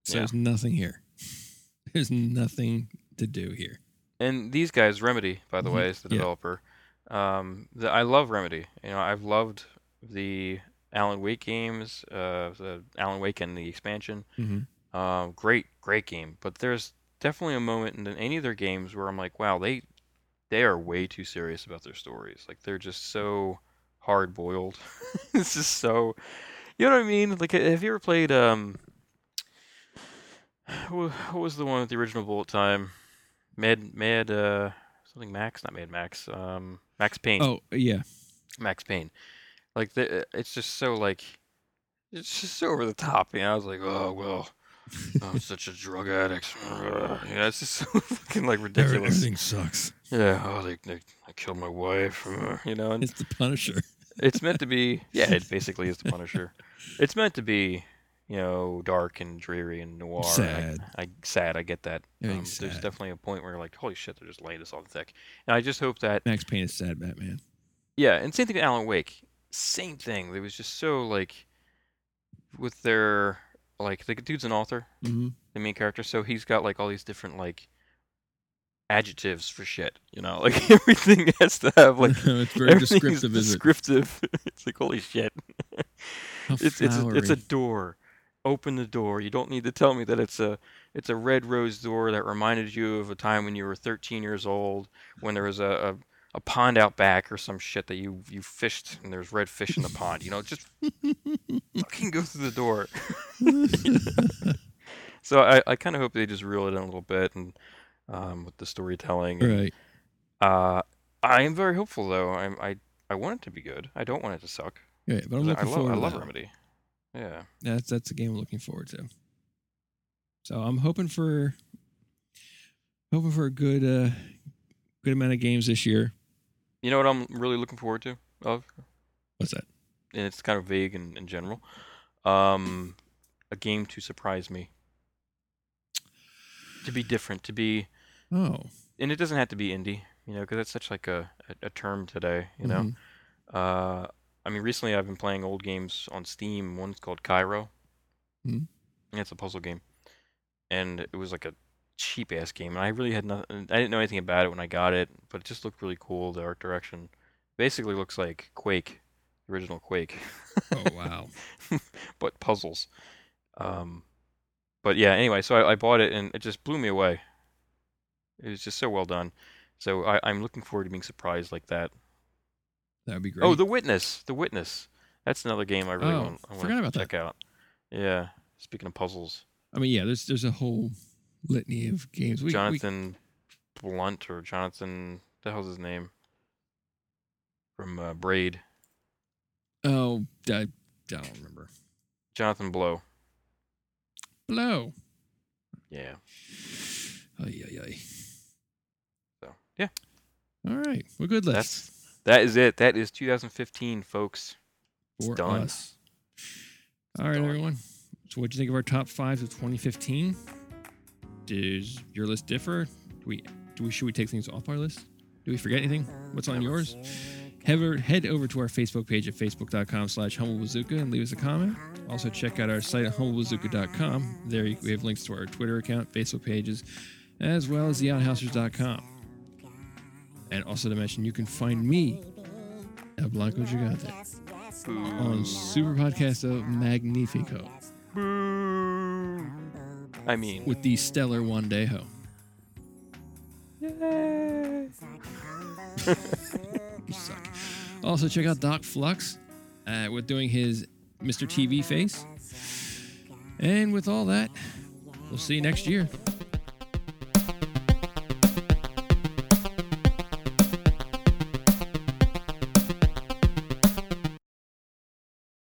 Speaker 1: so
Speaker 2: Yeah.
Speaker 1: there's nothing here. There's nothing to do here.
Speaker 2: And these guys, Remedy, by the
Speaker 1: Mhm.
Speaker 2: way, is the
Speaker 1: Yeah.
Speaker 2: developer. Um, the, I love Remedy. You know, I've loved the Alan Wake games, uh, the Alan Wake and the expansion.
Speaker 1: Mhm.
Speaker 2: Um, great, great game. But there's definitely a moment in any of their games where I'm like, wow, they they are way too serious about their stories. Like they're just so hard boiled. it's just so, you know what I mean? Like, have you ever played um, wha- what was the one with the original Bullet Time? Mad Mad uh something Max, not Mad Max. Um, Max Payne.
Speaker 1: Oh yeah,
Speaker 2: Max Payne. Like the, uh, it's just so like it's just so over the top. You know, I was like, oh well, I'm such a drug addict. yeah, it's just so fucking like ridiculous.
Speaker 1: everything sucks.
Speaker 2: Yeah, oh, they, they I killed my wife. uh, You know, and
Speaker 1: It's the Punisher.
Speaker 2: it's meant to be. Yeah, it basically is the Punisher. It's meant to be. You know, dark and dreary and noir. and
Speaker 1: Sad.
Speaker 2: I, I sad. I get that. Um,
Speaker 1: Everything's
Speaker 2: there's
Speaker 1: sad.
Speaker 2: definitely a point where you're like, holy shit, they're just laying this on thick. And I just hope that
Speaker 1: Max Payne is sad Batman.
Speaker 2: yeah, and same thing with Alan Wake. Same thing. It was just so like with their like the dude's an author,
Speaker 1: Mm-hmm.
Speaker 2: the main character, so he's got like all these different like adjectives for shit, you know, like everything has to have like
Speaker 1: it's very
Speaker 2: everything is
Speaker 1: descriptive, is it?
Speaker 2: descriptive. it's like holy shit.
Speaker 1: How
Speaker 2: It's it's a, it's a
Speaker 1: flowery.
Speaker 2: door. Open the door. You don't need to tell me that it's a it's a red rose door that reminded you of a time when you were 13 years old when there was a, a, a pond out back or some shit that you you fished and there's red fish in the pond. You know, just fucking go through the door. So I, I kind of hope they just reel it in a little bit and um, with the storytelling. and,
Speaker 1: right.
Speaker 2: Uh, I am very hopeful though. I'm, I I want it to be good. I don't want it to suck.
Speaker 1: Right, but I'm
Speaker 2: 'cause
Speaker 1: looking
Speaker 2: I love
Speaker 1: forward
Speaker 2: I
Speaker 1: to
Speaker 2: love
Speaker 1: that.
Speaker 2: Remedy. Yeah.
Speaker 1: That's that's a game I'm looking forward to. So I'm hoping for hoping for a good uh good amount of games this year.
Speaker 2: You know what I'm really looking forward to of,
Speaker 1: What's that?
Speaker 2: and it's kind of vague in, in general. Um, a game to surprise me, to be different, to be,
Speaker 1: Oh,
Speaker 2: and it
Speaker 1: Mm-hmm.
Speaker 2: doesn't have to be indie, you know, because that's such like a, a, a term today, you know.
Speaker 1: mhm.
Speaker 2: Uh, I mean, recently I've been playing old games on Steam. One's called Cairo.
Speaker 1: Hmm.
Speaker 2: Yeah, It's a puzzle game, and it was like a cheap ass game, and I really had nothing. I didn't know anything about it when I got it, but it just looked really cool. The art direction basically looks like Quake, the original Quake,
Speaker 1: Oh wow.
Speaker 2: but puzzles. Um, but yeah, anyway, so I, I bought it, and it just blew me away. It was just so well done. So I, I'm looking forward to being surprised like that.
Speaker 1: That would be great.
Speaker 2: Oh, The Witness. The Witness. That's another game I really
Speaker 1: Oh,
Speaker 2: want, I
Speaker 1: forgot
Speaker 2: want
Speaker 1: about
Speaker 2: to
Speaker 1: that.
Speaker 2: check out. Yeah. Speaking of puzzles,
Speaker 1: I mean, yeah. There's there's a whole litany of games. We, we
Speaker 2: Jonathan Blunt or Jonathan, the hell's his name? From uh, Braid.
Speaker 1: oh, I, I don't remember.
Speaker 2: Jonathan Blow.
Speaker 1: Blow.
Speaker 2: Yeah.
Speaker 1: Ay, ay, ay.
Speaker 2: So yeah,
Speaker 1: All right. Well, good list
Speaker 2: That's- that is it. That is 2015, folks.
Speaker 1: for
Speaker 2: done.
Speaker 1: us. All right,
Speaker 2: done.
Speaker 1: everyone. So, what'd you think of our top fives of 2015? Does your list differ? Do we do we should we take things off our list? Do we forget anything? What's on yours? Head over, head over to our Facebook page at facebook.com slash humblebazooka and leave us a comment. Also, check out our site at humblebazooka.com. There you- we have links to our Twitter account, Facebook pages, as well as theouthousers.com. And also to mention, you can find me at Blanco Gigante on Super Podcasto Magnifico
Speaker 2: Boo. I mean,
Speaker 1: with the stellar Wandejo. you suck. Also, check out Doc Flux uh, with doing his Mr. TV face. And with all that, we'll see you next year.